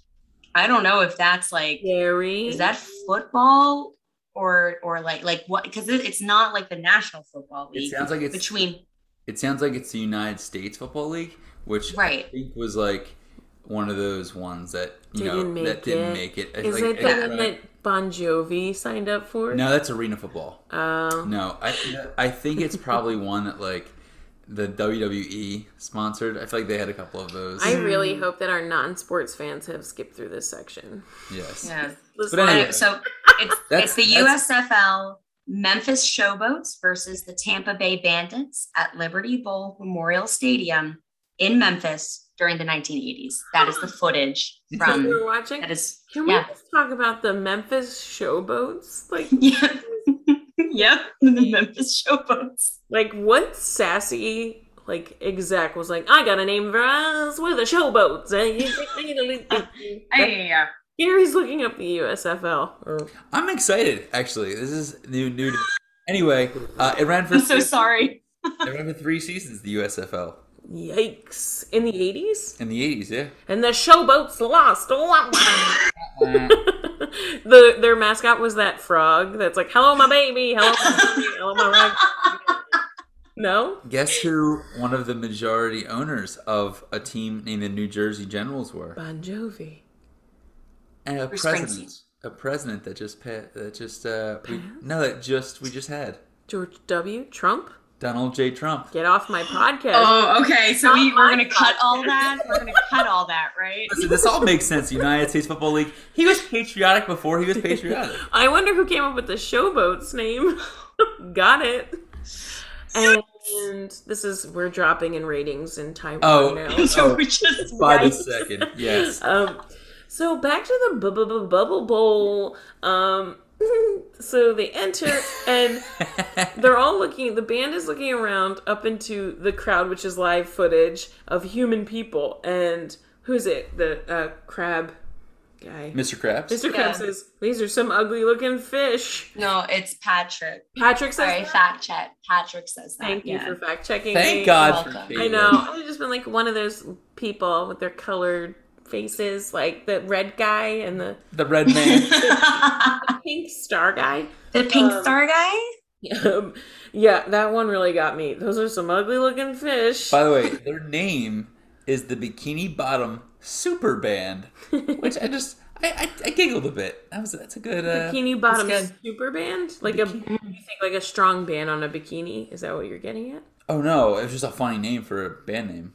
S3: I don't know if that's like
S2: Gary,
S3: is that football or or like like what because it's not like the National Football
S1: It
S3: League
S1: sounds like it's
S3: between
S1: It sounds like it's the United States Football League, which I
S3: Right.
S1: think was like one of those ones that you
S2: Didn't
S1: know
S2: make
S1: that didn't
S2: it.
S1: make it. It's
S2: is
S1: like-
S2: it the
S1: it's-
S2: one that Bon Jovi signed up for?
S1: No, that's arena football.
S2: Oh.
S1: No, I I think it's probably one that like the WWE sponsored. I feel like they had a couple of those.
S2: I really hope that our non-sports fans have skipped through this section.
S1: yes.
S3: yeah.
S2: This
S1: But anyway.
S2: line-
S3: So it's
S1: That's-
S3: it's the
S1: that's-
S3: USFL Memphis Showboats versus the Tampa Bay Bandits at Liberty Bowl Memorial Stadium in Memphis during the 1980s. That is the footage
S2: that we're
S3: from
S2: watching.
S3: um, that is
S2: Can we
S3: yeah.
S2: just talk about the Memphis showboats? Like,
S3: Yeah. yep, the Memphis Showboats.
S2: like what sassy like exec was like, I got a name for us. We're the showboats.
S3: Hey, yeah.
S2: Gary's looking up the USFL. Or-
S1: I'm excited actually. This is new new. To- anyway, uh, it ran for
S3: I'm so sorry.
S1: it ran for three seasons. The USFL
S2: Yikes! In the eighties,
S1: in the 80s. Yeah.
S2: and the showboats lost. Wah, wah. the their mascot was that frog that's like, "Hello, my baby. Hello, my baby. Hello, my rag." No,
S1: Guess who one of the majority owners of a team named the New Jersey Generals were?
S2: Bon Jovi.
S1: And a
S3: Bruce
S1: president,
S3: Springsteen.
S1: a president that just pa- that just uh, we, no, that just we just had
S2: George W. Trump.
S1: Donald J. Trump.
S2: Get off my podcast.
S3: Oh, okay. So we,
S2: my
S3: we're gonna cut all that. We're gonna cut all that, right?
S1: Listen, this all makes sense. United States Football League. He was patriotic before he was patriotic.
S2: I wonder who came up with the showboat's name. Got it. And this is we're dropping in ratings in Taiwan
S1: Oh.
S2: now.
S3: So
S1: Oh,
S3: we're just
S1: By the
S3: right.
S1: second, yes.
S2: Um, so back to the bu- bu- bu- bubble bowl. Um, so they enter and they're all looking. The band is looking around up into the crowd, which is live footage of human people. And who's it? The uh, crab guy.
S1: Mr. Krabs.
S2: Mr. Krabs
S3: Yeah.
S2: says, "These are some ugly looking fish."
S3: No, it's Patrick.
S2: Patrick says,
S3: Sorry,
S2: that?
S3: fact check. Patrick says that.
S2: Thank you
S3: yeah.
S2: for fact checking.
S1: Thank God for
S3: welcome.
S2: I know. I've just been like one of those people with their colored faces, like the red guy and the
S1: the red man.
S2: pink star guy.
S3: the pink
S2: Um,
S3: star guy?
S2: Um, yeah, that one really got me. Those are some ugly looking fish.
S1: By the way, their name is the Bikini Bottom Super Band, which I just I, I, I giggled a bit. That was that's a good. Uh,
S2: bikini bottom
S3: That's good.
S2: super band, like a you think like a strong band on a bikini. Is that what you're getting at?
S1: oh no, it was just a funny name for a band name.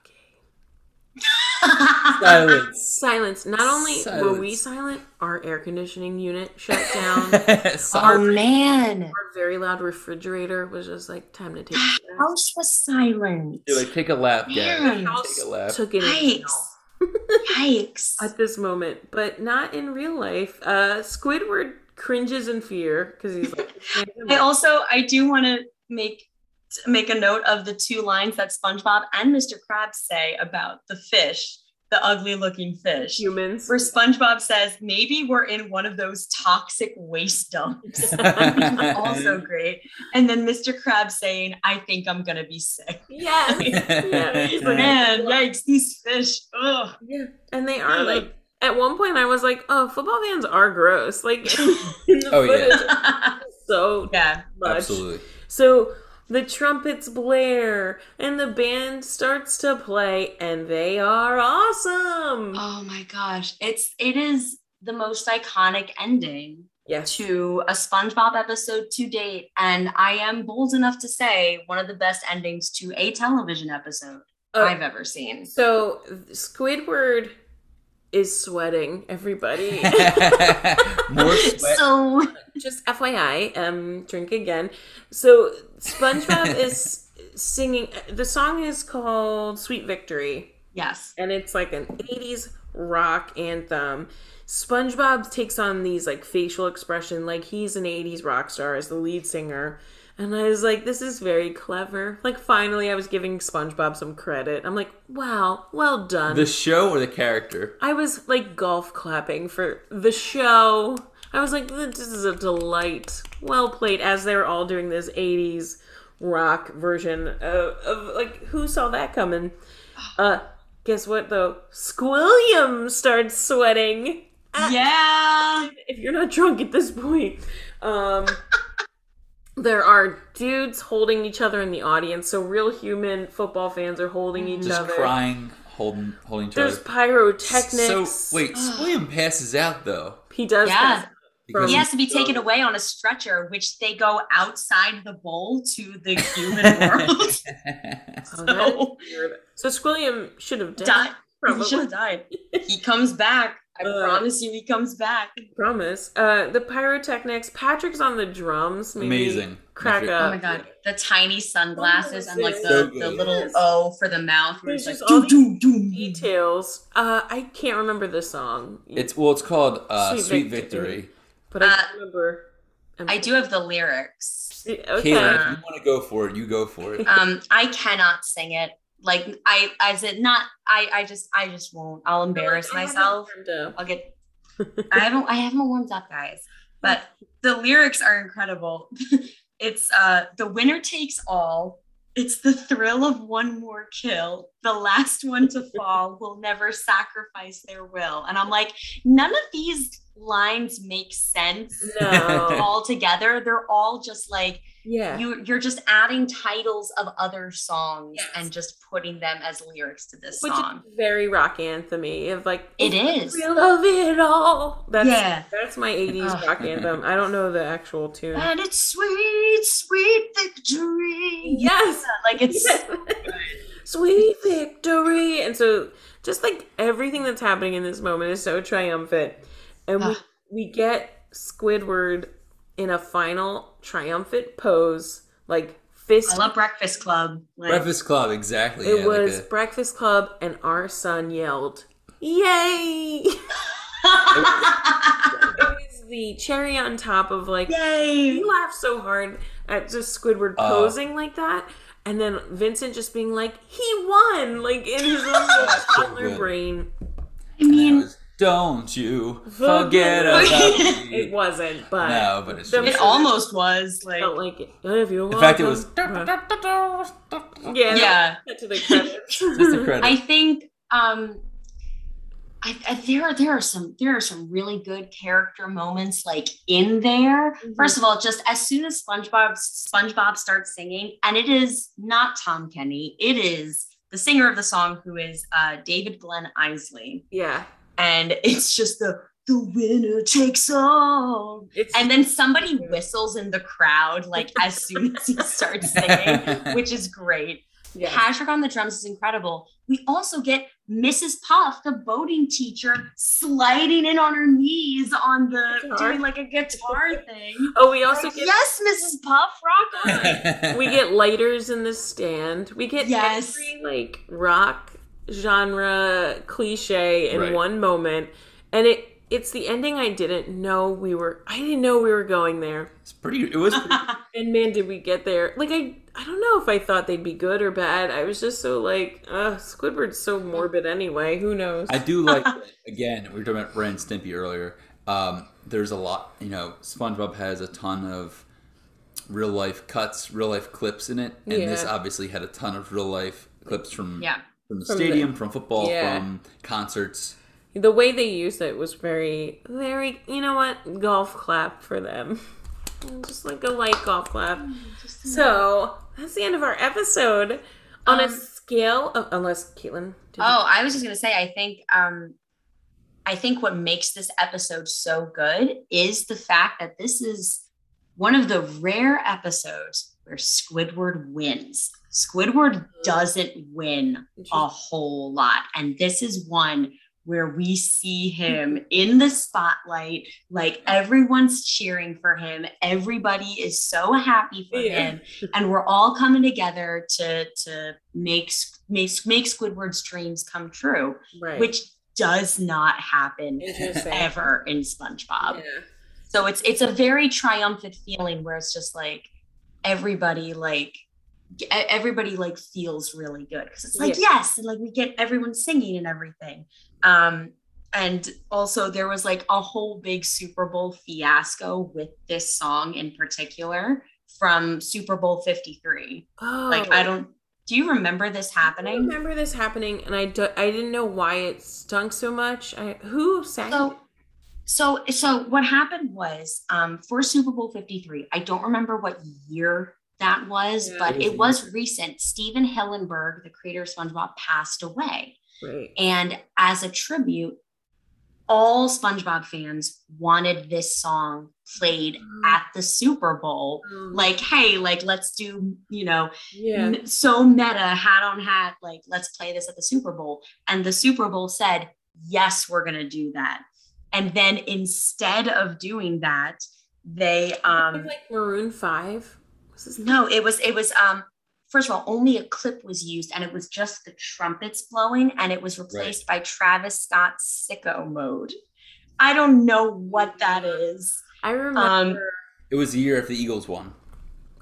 S2: Okay. Ah,
S1: Silence.
S2: Silence. Not only were we silent, our air conditioning unit shut down. our
S1: Sorry.
S3: Oh, man.
S2: very loud refrigerator was just like time to take. a nap.
S3: House was silent.
S1: You're like, take a lap, Gary.
S3: Man.
S1: Take a lap.
S2: took it. in.
S3: Yikes. Yikes.
S2: at this moment, but not in real life. Uh, Squidward cringes in fear because he's like,
S3: I also I do want to make make a note of the two lines that SpongeBob and Mr. Krabs say about the fish, the ugly looking fish.
S2: humans.
S3: Where SpongeBob says, maybe we're in one of those toxic waste dumps. also great. And then Mr. Krabs saying, I think I'm gonna be sick.
S2: Yes. Yeah, he's like,
S3: Man, yikes, these fish. Ugh.
S2: Yeah, and they are like. At one point, I was like, "Oh, football fans are gross." Like, in the
S1: Oh, yeah.
S2: footage, so
S3: yeah.
S2: much.
S1: Absolutely.
S2: So the trumpets blare and the band starts to play, and they are awesome.
S3: Oh my gosh. It's it is the most iconic ending
S2: yes,
S3: to a SpongeBob episode to date. And I am bold enough to say one of the best endings to a television episode
S2: Oh,
S3: I've ever seen.
S2: So Squidward is sweating, everybody.
S1: More sweat.
S3: So
S2: Just FYI, um, drink again. So SpongeBob is singing. The song is called "Sweet Victory,"
S3: yes.
S2: and it's like an '80s rock anthem. SpongeBob takes on these like facial expression, like he's an '80s rock star as the lead singer. And I was like, this is very clever. Like, finally, I was giving SpongeBob some credit. I'm like, wow, well done.
S1: The show or the character?
S2: I was like golf clapping for the show. I was like, this is a delight. Well played, as they were all doing this 80s rock version of, of like, who saw that coming? Uh, guess what though? Squilliam starts sweating.
S3: Yeah.
S2: If you're not drunk at this point, um, there are dudes holding each other in the audience. So, real human football fans are holding each
S1: Mm. Just
S2: other.
S1: crying, holding, holding each
S2: There's
S1: other. So
S2: pyrotechnics.
S1: wait, William passes out though.
S2: He does
S3: Yeah.
S2: that.
S1: because
S3: He has to be
S1: he's so-
S3: taken away on a stretcher, which they go outside the bowl to the human world.
S2: Oh, that is
S3: so
S2: weird. So Squilliam should have died.
S3: die. He
S2: probably. Uh.
S3: should have died. He comes back. I
S2: Ugh.
S3: promise you, he comes back.
S2: Promise. Uh, the pyrotechnics. Patrick's on drums. Maybe
S1: Amazing.
S2: Crack
S1: Patrick-
S2: up.
S3: Oh my god, the tiny sunglasses and like the,
S1: Uh, So
S3: the
S1: good.
S3: little
S2: Yes.
S3: O for the mouth. Where
S2: There's
S3: it's like, "Oh,
S2: just all
S3: "Doo, doo, doo."
S2: Details. Uh, I can't remember the song.
S1: It's well, it's called uh,
S2: Sweet
S1: Sweet,
S2: Victory.
S1: Victory.
S2: but I
S3: uh,
S2: can't remember.
S3: I do have the lyrics.
S2: Okay.
S1: Caitlin, if you want to go for it, you go for it.
S3: Um, I cannot sing it. Like I, as it not, I, I just, I just won't. I'll embarrass
S2: I haven't
S3: myself.
S2: warmed up.
S3: I'll get. I haven't. I haven't warmed up, guys. But the lyrics are incredible. it's uh, the winner takes all. It's the thrill of one more kill. The last one to fall will never sacrifice their will. And I'm like, none of these lines make sense
S2: No.
S3: all together. They're all just like
S2: yeah.
S3: you. You're just adding titles of other songs
S2: Yes.
S3: and just putting them as lyrics to this
S2: Which
S3: song.
S2: is very rock anthemy of like
S3: It is.
S2: We love it all. That's
S3: Yeah.
S2: that's my 80s
S3: Ugh. Uh,
S2: rock anthem. I don't know the actual tune.
S3: And it's sweet, sweet victory.
S2: Yes.
S3: Like it's
S2: Sweet victory. And so just like everything that's happening in this moment is so triumphant. And we,
S3: Ah.
S2: we get Squidward in a final triumphant pose, like
S3: I
S2: fist.
S3: love Breakfast Club. Like,
S1: Breakfast Club, exactly.
S2: it
S1: yeah, like
S2: was
S1: a-
S2: Breakfast Club, and our son yelled, Yay! it was the cherry on top of like
S3: Yay!
S2: He laughed so hard at just Squidward
S1: Uh.
S2: posing like that, and then Vincent just being like, "He won!" Like in his little
S1: so
S2: toddler
S1: good.
S2: brain.
S3: I
S1: and it
S3: mean,
S1: was, don't you forget about
S2: It
S1: me.
S2: wasn't, but
S1: No, but it's
S2: The-
S3: it
S1: just-
S3: almost was like,
S2: I don't like it. Oh, If you
S1: In fact, it
S2: welcome-
S1: was
S2: yeah,
S3: yeah.
S2: that- To the credits.
S1: just a credit.
S3: I think um, I, I, there are there are some there are some really good character moments like in there.
S2: Mhm.
S3: First of all, just as soon as SpongeBob SpongeBob starts singing, and it is not Tom Kenny, it is the singer of the song who is uh, David Glenn Isley,
S2: yeah,
S3: and it's just the the winner takes all.
S2: it's
S3: And then somebody whistles in the crowd, like as soon as he starts singing, which is great.
S2: yeah.
S3: Patrick on the drums is incredible. We also get Mrs. Puff, the boating teacher, sliding in on her knees on the
S2: Guitar.
S3: doing like a guitar thing.
S2: Oh, we also get
S3: yes, Mrs. Puff, rock on.
S2: we get lighters in the stand. We get
S3: Yes.
S2: every like rock genre cliche in
S1: Right.
S2: one moment, and it it's the ending I didn't know we were. I didn't know we were going there.
S1: It's pretty. It was. pretty-
S2: And man, did we get there! Like I, I don't know if I thought they'd be good or bad. I was just so like, ugh, Squidward's so morbid anyway. Who knows?
S1: I do like. that, again, we were talking about Ren and Stimpy earlier. Um, there's a lot. You know, SpongeBob has a ton of real life cuts, real life clips in it, and this
S2: Yeah.
S1: obviously had a ton of real life clips from
S3: Yeah.
S1: from the
S2: From the-
S1: stadium, from football,
S2: Yeah.
S1: from concerts.
S2: the way they used it was very, very. You know what? Golf clap for them. Just like a light golf clap. So that's the end of our episode. On a
S3: Um,
S2: scale of, unless Caitlin, did
S3: Oh, I was just gonna say, I think um I think what makes this episode so good is the fact that this is one of the rare episodes where Squidward wins. Squidward doesn't win
S2: you-
S3: a whole lot. And this is one where we see him in the spotlight, like everyone's cheering for him. Everybody is so happy for
S2: Yeah.
S3: him. And we're all coming together to, to make, make, make Squidward's dreams come true,
S2: right?
S3: which does not happen
S2: Interesting.
S3: ever in SpongeBob.
S2: Yeah.
S3: So it's it's a very triumphant feeling where it's just like everybody like e- everybody like feels really good because it's like
S2: Yeah.
S3: yes and like we get everyone singing and everything. Um and also there was like a whole big Super Bowl fiasco with this song in particular from Super Bowl 53.
S2: Oh,
S3: Like I don't do you remember this
S2: I
S3: happening?
S2: remember this happening, and I do, I didn't know why it stunk so much. I who sang?
S3: So, so, so what happened was um, for Super Bowl 53, I don't remember what year that was,
S2: Yeah.
S3: but
S1: It
S3: it
S1: was
S3: was recent. Steven Hillenberg, the creator of SpongeBob, passed away.
S2: it? Right.
S3: And as a tribute, all SpongeBob fans wanted this song played
S2: Oh, Mm-hmm.
S3: at the Super Bowl. Like, hey, like, let's do, you know,
S2: yeah.
S3: m- so meta hat on hat like let's play this at the super bowl and the super bowl said yes we're going to do that and then instead of doing that they um
S2: like Maroon Five. Was this-
S3: no it was it was um first of all only a clip was used and it was just the trumpets blowing and it was replaced by travis scott's sicko mode i don't know what that is
S2: I remember.
S1: It was the year after the Eagles won.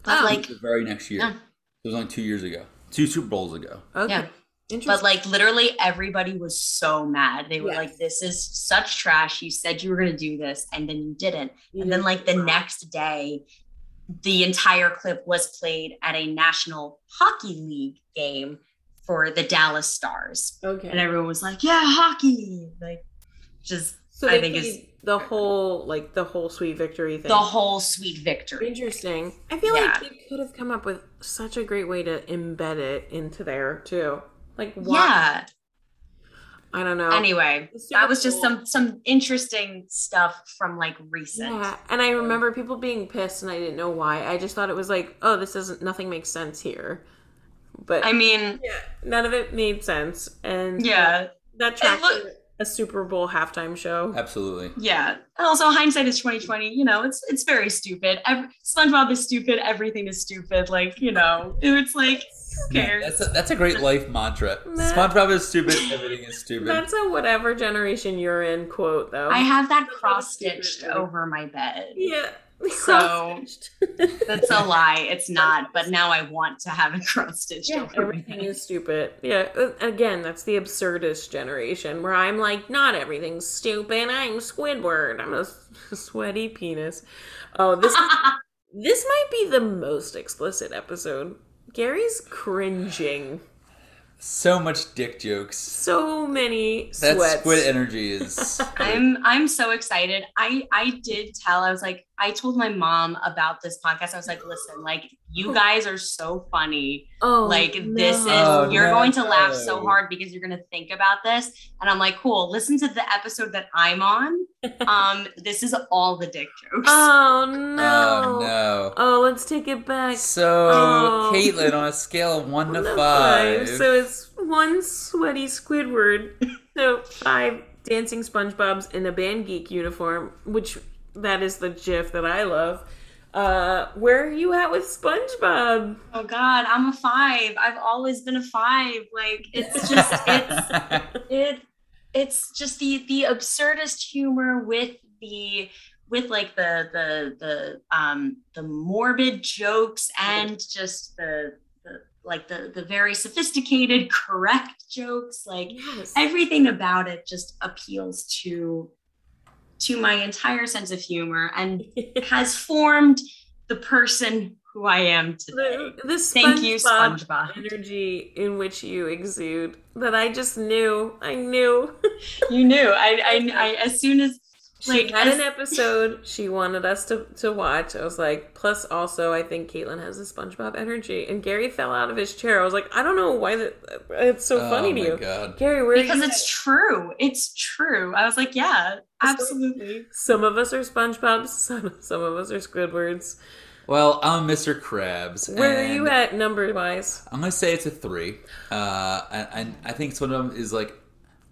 S3: but
S2: Oh.
S1: It was
S3: like
S1: the very next year.
S3: Yeah.
S1: It was only two years ago. Two Super Bowls ago.
S2: okay.
S3: um, yeah. But
S2: Interesting.
S3: like literally everybody was so mad. They were
S2: Yes.
S3: like, this is such trash. You said you were gonna do this and then you didn't. And then like the next day, the entire clip was played at a national hockey league game for the Dallas Stars. And
S2: Okay.
S3: everyone was like, Yeah, hockey. Like just
S2: So
S3: I
S2: they
S3: think
S2: played
S3: it's-
S2: the whole like the whole sweet victory thing.
S3: the whole sweet victory.
S2: Interesting. I feel like
S3: Yeah.
S2: they could have come up with such a great way to embed it into there too. Like why?
S3: Yeah.
S2: I don't know.
S3: Anyway,
S2: It's super
S3: that was just
S2: cool.
S3: some some interesting stuff from like recent.
S2: Yeah, and I remember people being pissed, and I didn't know why. I just thought it was like, oh, this doesn't, nothing makes sense here. But
S3: I mean,
S2: yeah, none of it made sense, and
S3: yeah.
S2: that tracked
S3: look-
S2: for a Super Bowl halftime show.
S1: Absolutely.
S3: Yeah, and also hindsight is twenty twenty. You know, it's it's very stupid. Every, SpongeBob is stupid. Everything is stupid. Like you know, it's like who cares?
S1: That's a, that's a great life mantra.
S2: Nah.
S1: SpongeBob is stupid. Everything is stupid.
S2: That's a whatever generation you're in quote though.
S3: I have that
S2: That's
S3: cross
S2: stupid,
S3: stitched
S2: really.
S3: over my bed.
S2: yeah.
S3: So- That's a lie. It's not. But now I want to have it cross stitched
S2: Yeah,
S3: over. my
S2: everything is stupid. Yeah, uh, again, that's the absurdist generation where I'm like, not everything's stupid. I'm Squidward. I'm a s- sweaty penis. Oh, this
S3: bed.
S2: this might be the most explicit episode. Gary's cringing.
S1: So much dick jokes.
S2: So many
S1: That
S2: sweats.
S1: squid energy is.
S3: I'm I'm so excited. I I did tell. I was like, I told my mom about this podcast. I was like, listen, like you guys are so funny.
S2: oh,
S3: like this is
S1: Oh,
S3: you're going to laugh
S1: no.
S3: so hard because you're going to think about this and i'm like cool listen to the episode that i'm on um this is all the dick jokes
S2: Oh no.
S1: Oh
S2: oh
S1: no.
S2: let's take it back.
S1: So,
S2: Oh.
S1: Caitlin, on a scale of one to
S2: One to
S1: five,
S2: So it's one sweaty Squidward. so five dancing SpongeBob's in a band geek uniform, which that is the GIF that I love. Uh, where are you at with SpongeBob?
S3: Oh God, I'm a five. I've always been a five. Like it's just it's it it's just the the absurdist humor with the with like the the the um the morbid jokes and just the, the like the the very sophisticated correct jokes like
S2: Yes.
S3: everything about it just appeals to to my entire sense of humor and has formed the person who I am today.
S2: the, the SpongeBob
S3: Thank you, SpongeBob.
S2: energy in which you exude that I just knew. I knew.
S3: You knew. I, I, I as soon as
S2: she
S3: like
S2: had
S3: as,
S2: an episode she wanted us to, to watch. I was like, plus also I think Caitlin has a SpongeBob energy, and Gary fell out of his chair. I was like, I don't know why that it's so funny
S1: oh
S2: to
S1: my
S2: you,
S1: God.
S2: Gary. Where are
S3: because
S2: you
S3: it's true. It's true. I was like, yeah, absolutely.
S2: Some of us are SpongeBob's, some, some of us are Squidwards.
S1: Well, I'm Mr. Krabs.
S2: Where are you
S1: and
S2: at number wise?
S1: I'm gonna say it's a three. Uh, and, and I think some of them is like,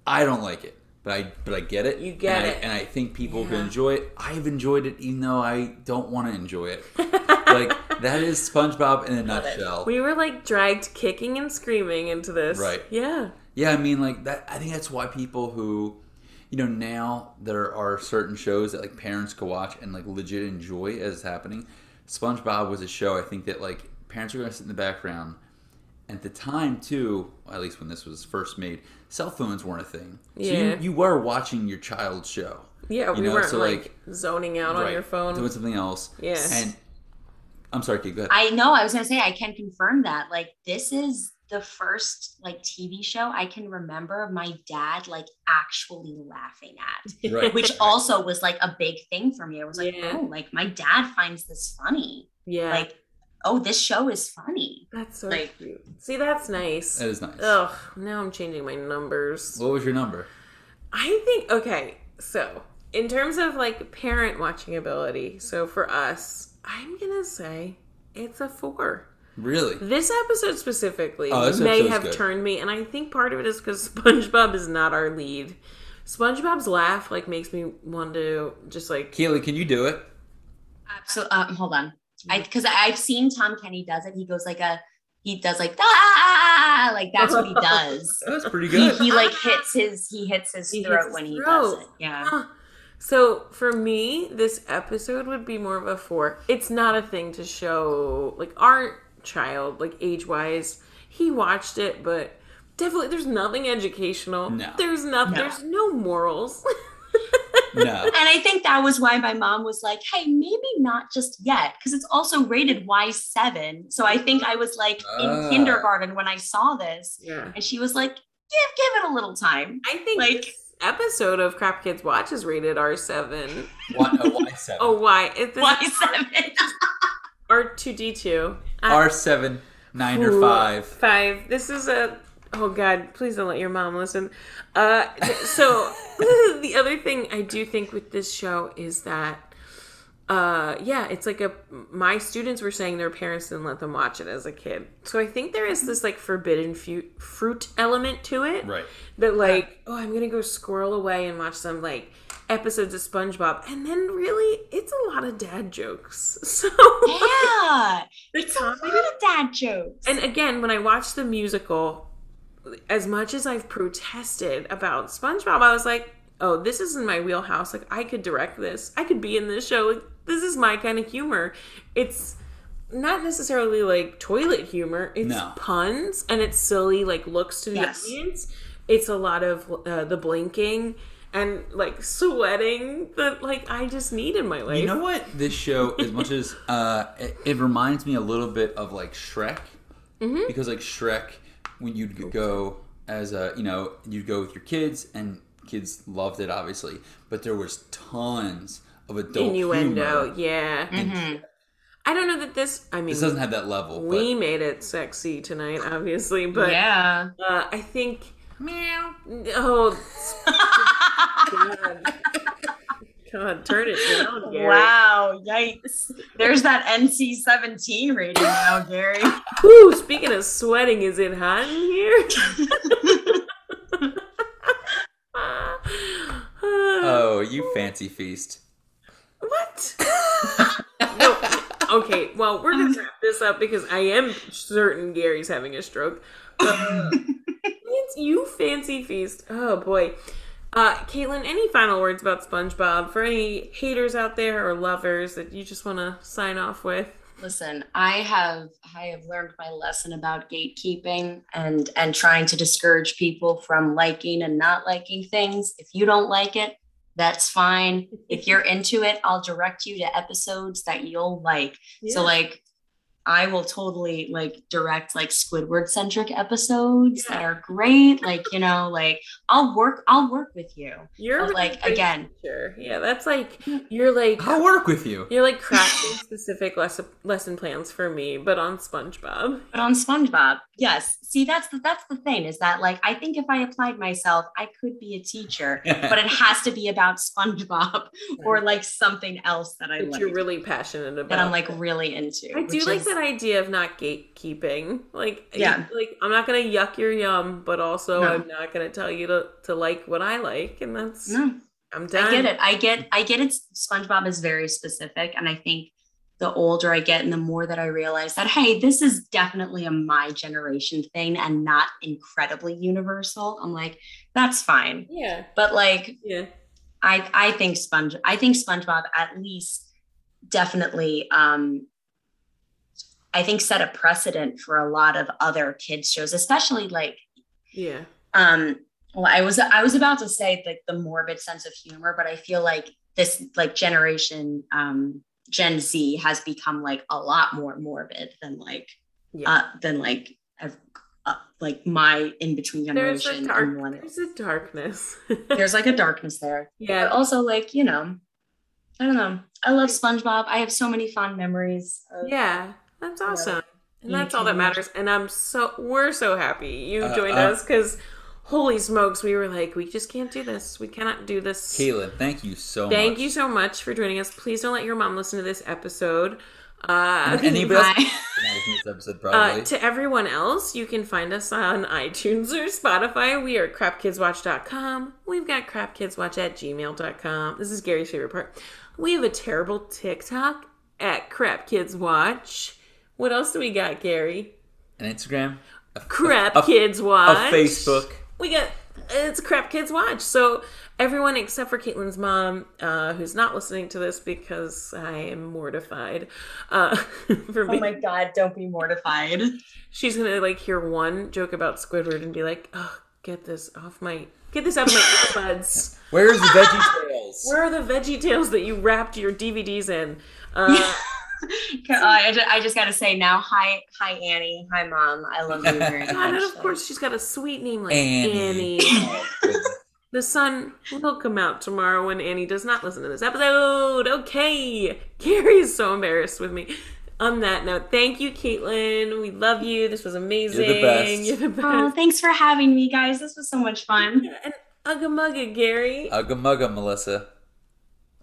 S1: I don't like it, but I but I get it.
S2: You get
S1: and I,
S2: it.
S1: and I think people
S2: Yeah.
S1: can enjoy it. I've enjoyed it, even though I don't want to enjoy it. like that is SpongeBob in a nutshell.
S2: We were like dragged kicking and screaming into this.
S1: Right.
S2: Yeah.
S1: Yeah, I mean, like that. I think that's why people who, you know, now there are certain shows that like parents could watch and like legit enjoy as it's happening. SpongeBob was a show I think that like parents were going to sit in the background. At the time, too, at least when this was first made, cell phones weren't a thing. So
S2: Yeah.
S1: you, you were watching your child's show.
S2: Yeah, we
S1: know,
S2: weren't
S1: so,
S2: like, zoning out on your
S1: Doing
S2: phone.
S1: something else.
S2: Yeah.
S1: And I'm sorry, Kate, go ahead.
S3: I know. I was gonna say I can confirm that. Like this is the first like TV show I can remember of my dad like actually laughing at,
S1: right.
S3: which also was like a big thing for me. I was like,
S2: Yeah.
S3: oh, like my dad finds this funny.
S2: Yeah.
S3: Like, oh, this show is funny.
S2: that's so
S3: like-
S2: cute. See, that's nice.
S1: That is nice.
S2: Ugh, now I'm changing my numbers.
S1: What was your number?
S2: I think okay, so in terms of like parent watching ability, so for us, I'm gonna say it's a four.
S1: Really?
S2: This episode specifically
S1: Oh, this
S2: may
S1: episode's
S2: have
S1: good.
S2: turned me, and I think part of it is because SpongeBob is not our lead. SpongeBob's laugh like makes me want to just like
S1: Keely, can you do it?
S3: Absolutely. Um, hold on, I because I've seen Tom Kenny does it. He goes like a he does like ah like that's what he does.
S1: That was pretty
S3: he,
S1: good.
S3: he like hits his he hits his
S2: Ah, He hits
S3: throat
S2: his
S3: when he does
S2: throat. Ah.
S3: it. Yeah.
S2: Huh. So for me, this episode would be more of a four. It's not a thing to show like our child, like age wise. He watched it, but definitely there's nothing educational.
S1: No.
S2: There's nothing.
S3: No.
S2: There's no morals.
S1: no.
S3: And I think that was why my mom was like, hey, maybe not just yet, because it's also rated Y7. So I think I was like
S1: Ah.
S3: in kindergarten when I saw this.
S2: yeah.
S3: And she was like, give, give it a little time.
S2: I think
S3: Like-
S2: this episode of Crap Kids Watch is rated R seven.
S1: Why, oh, why seven?
S2: Oh, why? It's
S3: Y7.
S2: R two D two.
S1: R seven nine or
S2: Ooh,
S1: five.
S2: Five. This is a. Oh God! Please don't let your mom listen. Uh, th- so the other thing I do think with this show is that, uh, yeah, it's like a. My students were saying their parents didn't let them watch it as a kid, so I think there is this like forbidden fu- fruit element to it
S1: Right.
S2: that like oh i'm gonna go squirrel away and watch some like episodes of spongebob and then really it's a lot of dad jokes so
S3: yeah.
S2: the
S3: It's a lot
S2: comedy-
S3: of dad jokes.
S2: and again when i watched the musical as much as i've protested about spongebob i was like oh this is in my wheelhouse like i could direct this i could be in this show like this is my kind of humor it's not necessarily like toilet humor it's
S1: No.
S2: puns and it's silly like looks to the
S3: Yes.
S2: audience it's a lot of uh, the blinking and like sweating that like i just need in my life
S1: You know what? This show, as much as uh, it, it reminds me a little bit of like Shrek,
S2: Mm-hmm.
S1: because like Shrek, when you'd go as a you know you'd go with your kids and kids loved it obviously, but there was tons of adult
S2: innuendo
S1: Humor.
S2: yeah
S1: And
S2: i don't know that this i mean
S1: This doesn't have that level.
S2: we made it sexy tonight, obviously, but
S3: yeah.
S2: uh, I think.
S1: meow.
S2: Oh, God. God, turn it down, Gary.
S3: Wow, yikes. There's that NC 17 rating now, Gary.
S2: Whew, speaking of sweating, is it hot in here? Ah.
S1: Uh, Oh, you fancy feast.
S2: what? no, Okay, well, we're gonna wrap this up because I am certain Gary's having a stroke. Uh, fancy- you fancy feast. Oh boy. Uh, Caitlin, any final words about SpongeBob for any haters out there or lovers that you just want to sign off with?
S3: Listen, I have I have learned my lesson about gatekeeping and and trying to discourage people from liking and not liking things. If you don't like it, that's fine. If you're into it, I'll direct you to episodes that you'll like. So like I will totally like direct like Squidward centric episodes that are great. Like, you know, like I'll work I'll work with you.
S2: you're
S3: But, like,
S2: great
S3: again.
S2: teacher. Yeah, that's like you're like
S1: I'll work with you.
S2: you're like crafting specific lesson lesson plans for me, but on SpongeBob.
S3: But on SpongeBob, yes. See, that's the that's the thing is that like I think if I applied myself, I could be a teacher, but it has to be about SpongeBob or like something else that I
S2: That
S3: like
S2: you're really passionate about.
S3: that I'm like really into.
S2: I do
S3: which
S2: like
S3: is-
S2: that idea of not gatekeeping. Like,
S3: Yeah.
S2: you- like I'm not gonna yuck your yum, but also
S3: No.
S2: I'm not gonna tell you to, to like what I like, and that's
S3: No,
S2: I'm done.
S3: I get it. I get I get it. SpongeBob is very specific, and I think the older I get and the more that I realize that hey, this is definitely a my generation thing and not incredibly universal. I'm like, that's fine.
S2: Yeah,
S3: But like
S2: yeah.
S3: I I think Sponge I think SpongeBob at least definitely um I think set a precedent for a lot of other kids shows especially like
S2: Yeah.
S3: um well I was I was about to say like the morbid sense of humor but I feel like this like generation um Gen Z has become like a lot more morbid than like
S2: Yeah.
S3: uh than like ev- uh, like my in between
S2: there's
S3: generation
S2: a
S3: and
S2: dark
S3: millennials.
S2: there's a darkness.
S3: There's like a darkness there but
S2: yeah.
S3: also like you know i don't know i love spongebob i have so many fond memories of-
S2: Yeah. That's awesome. And
S3: Yeah,
S2: that's all that
S3: Caitlin.
S2: matters. And I'm so we're so happy you
S1: Uh,
S2: joined
S1: uh,
S2: us because holy smokes, we were like, we just can't do this. We cannot do this.
S1: Caitlin, thank you so much.
S2: Thank you so much for joining us. Please don't let your mom listen to this episode. Uh,
S1: And anybody else
S3: Bye.
S1: recognizing this episode probably.
S2: uh, to everyone else, you can find us on iTunes or Spotify. We are crapkidswatch.com. We've got crapkidswatch at gmail.com. This is Gary's favorite part. We have a terrible TikTok at crapkidswatch. What else do we got, Gary?
S1: and Instagram, a,
S2: Crap
S1: a-
S2: Kids
S1: a
S2: Watch.
S1: Facebook.
S2: we got it's crap kids watch so everyone except for caitlin's mom uh, who's not listening to this because i am mortified uh, for
S3: oh
S2: being,
S3: my god don't be mortified
S2: she's gonna like hear one joke about squidward and be like oh get this off my get this out of my earbuds
S1: Where's the Veggie Tales?
S2: where are the veggie tales that you wrapped your dvds in uh,
S3: Okay, uh, I, ju- I just gotta say now hi hi annie hi mom i love you very much
S2: God, and of course she's got a sweet name like
S1: Annie.
S2: annie. The sun will come out tomorrow when Annie does not listen to this episode. Okay. Gary is so embarrassed with me. On that note, thank you, Caitlin. We love you. This was amazing.
S1: best.
S2: You're the
S3: oh,
S2: best.
S3: thanks for having me guys this was so much fun
S2: And Ugga mugga, Gary.
S1: Ugga mugga, Melissa.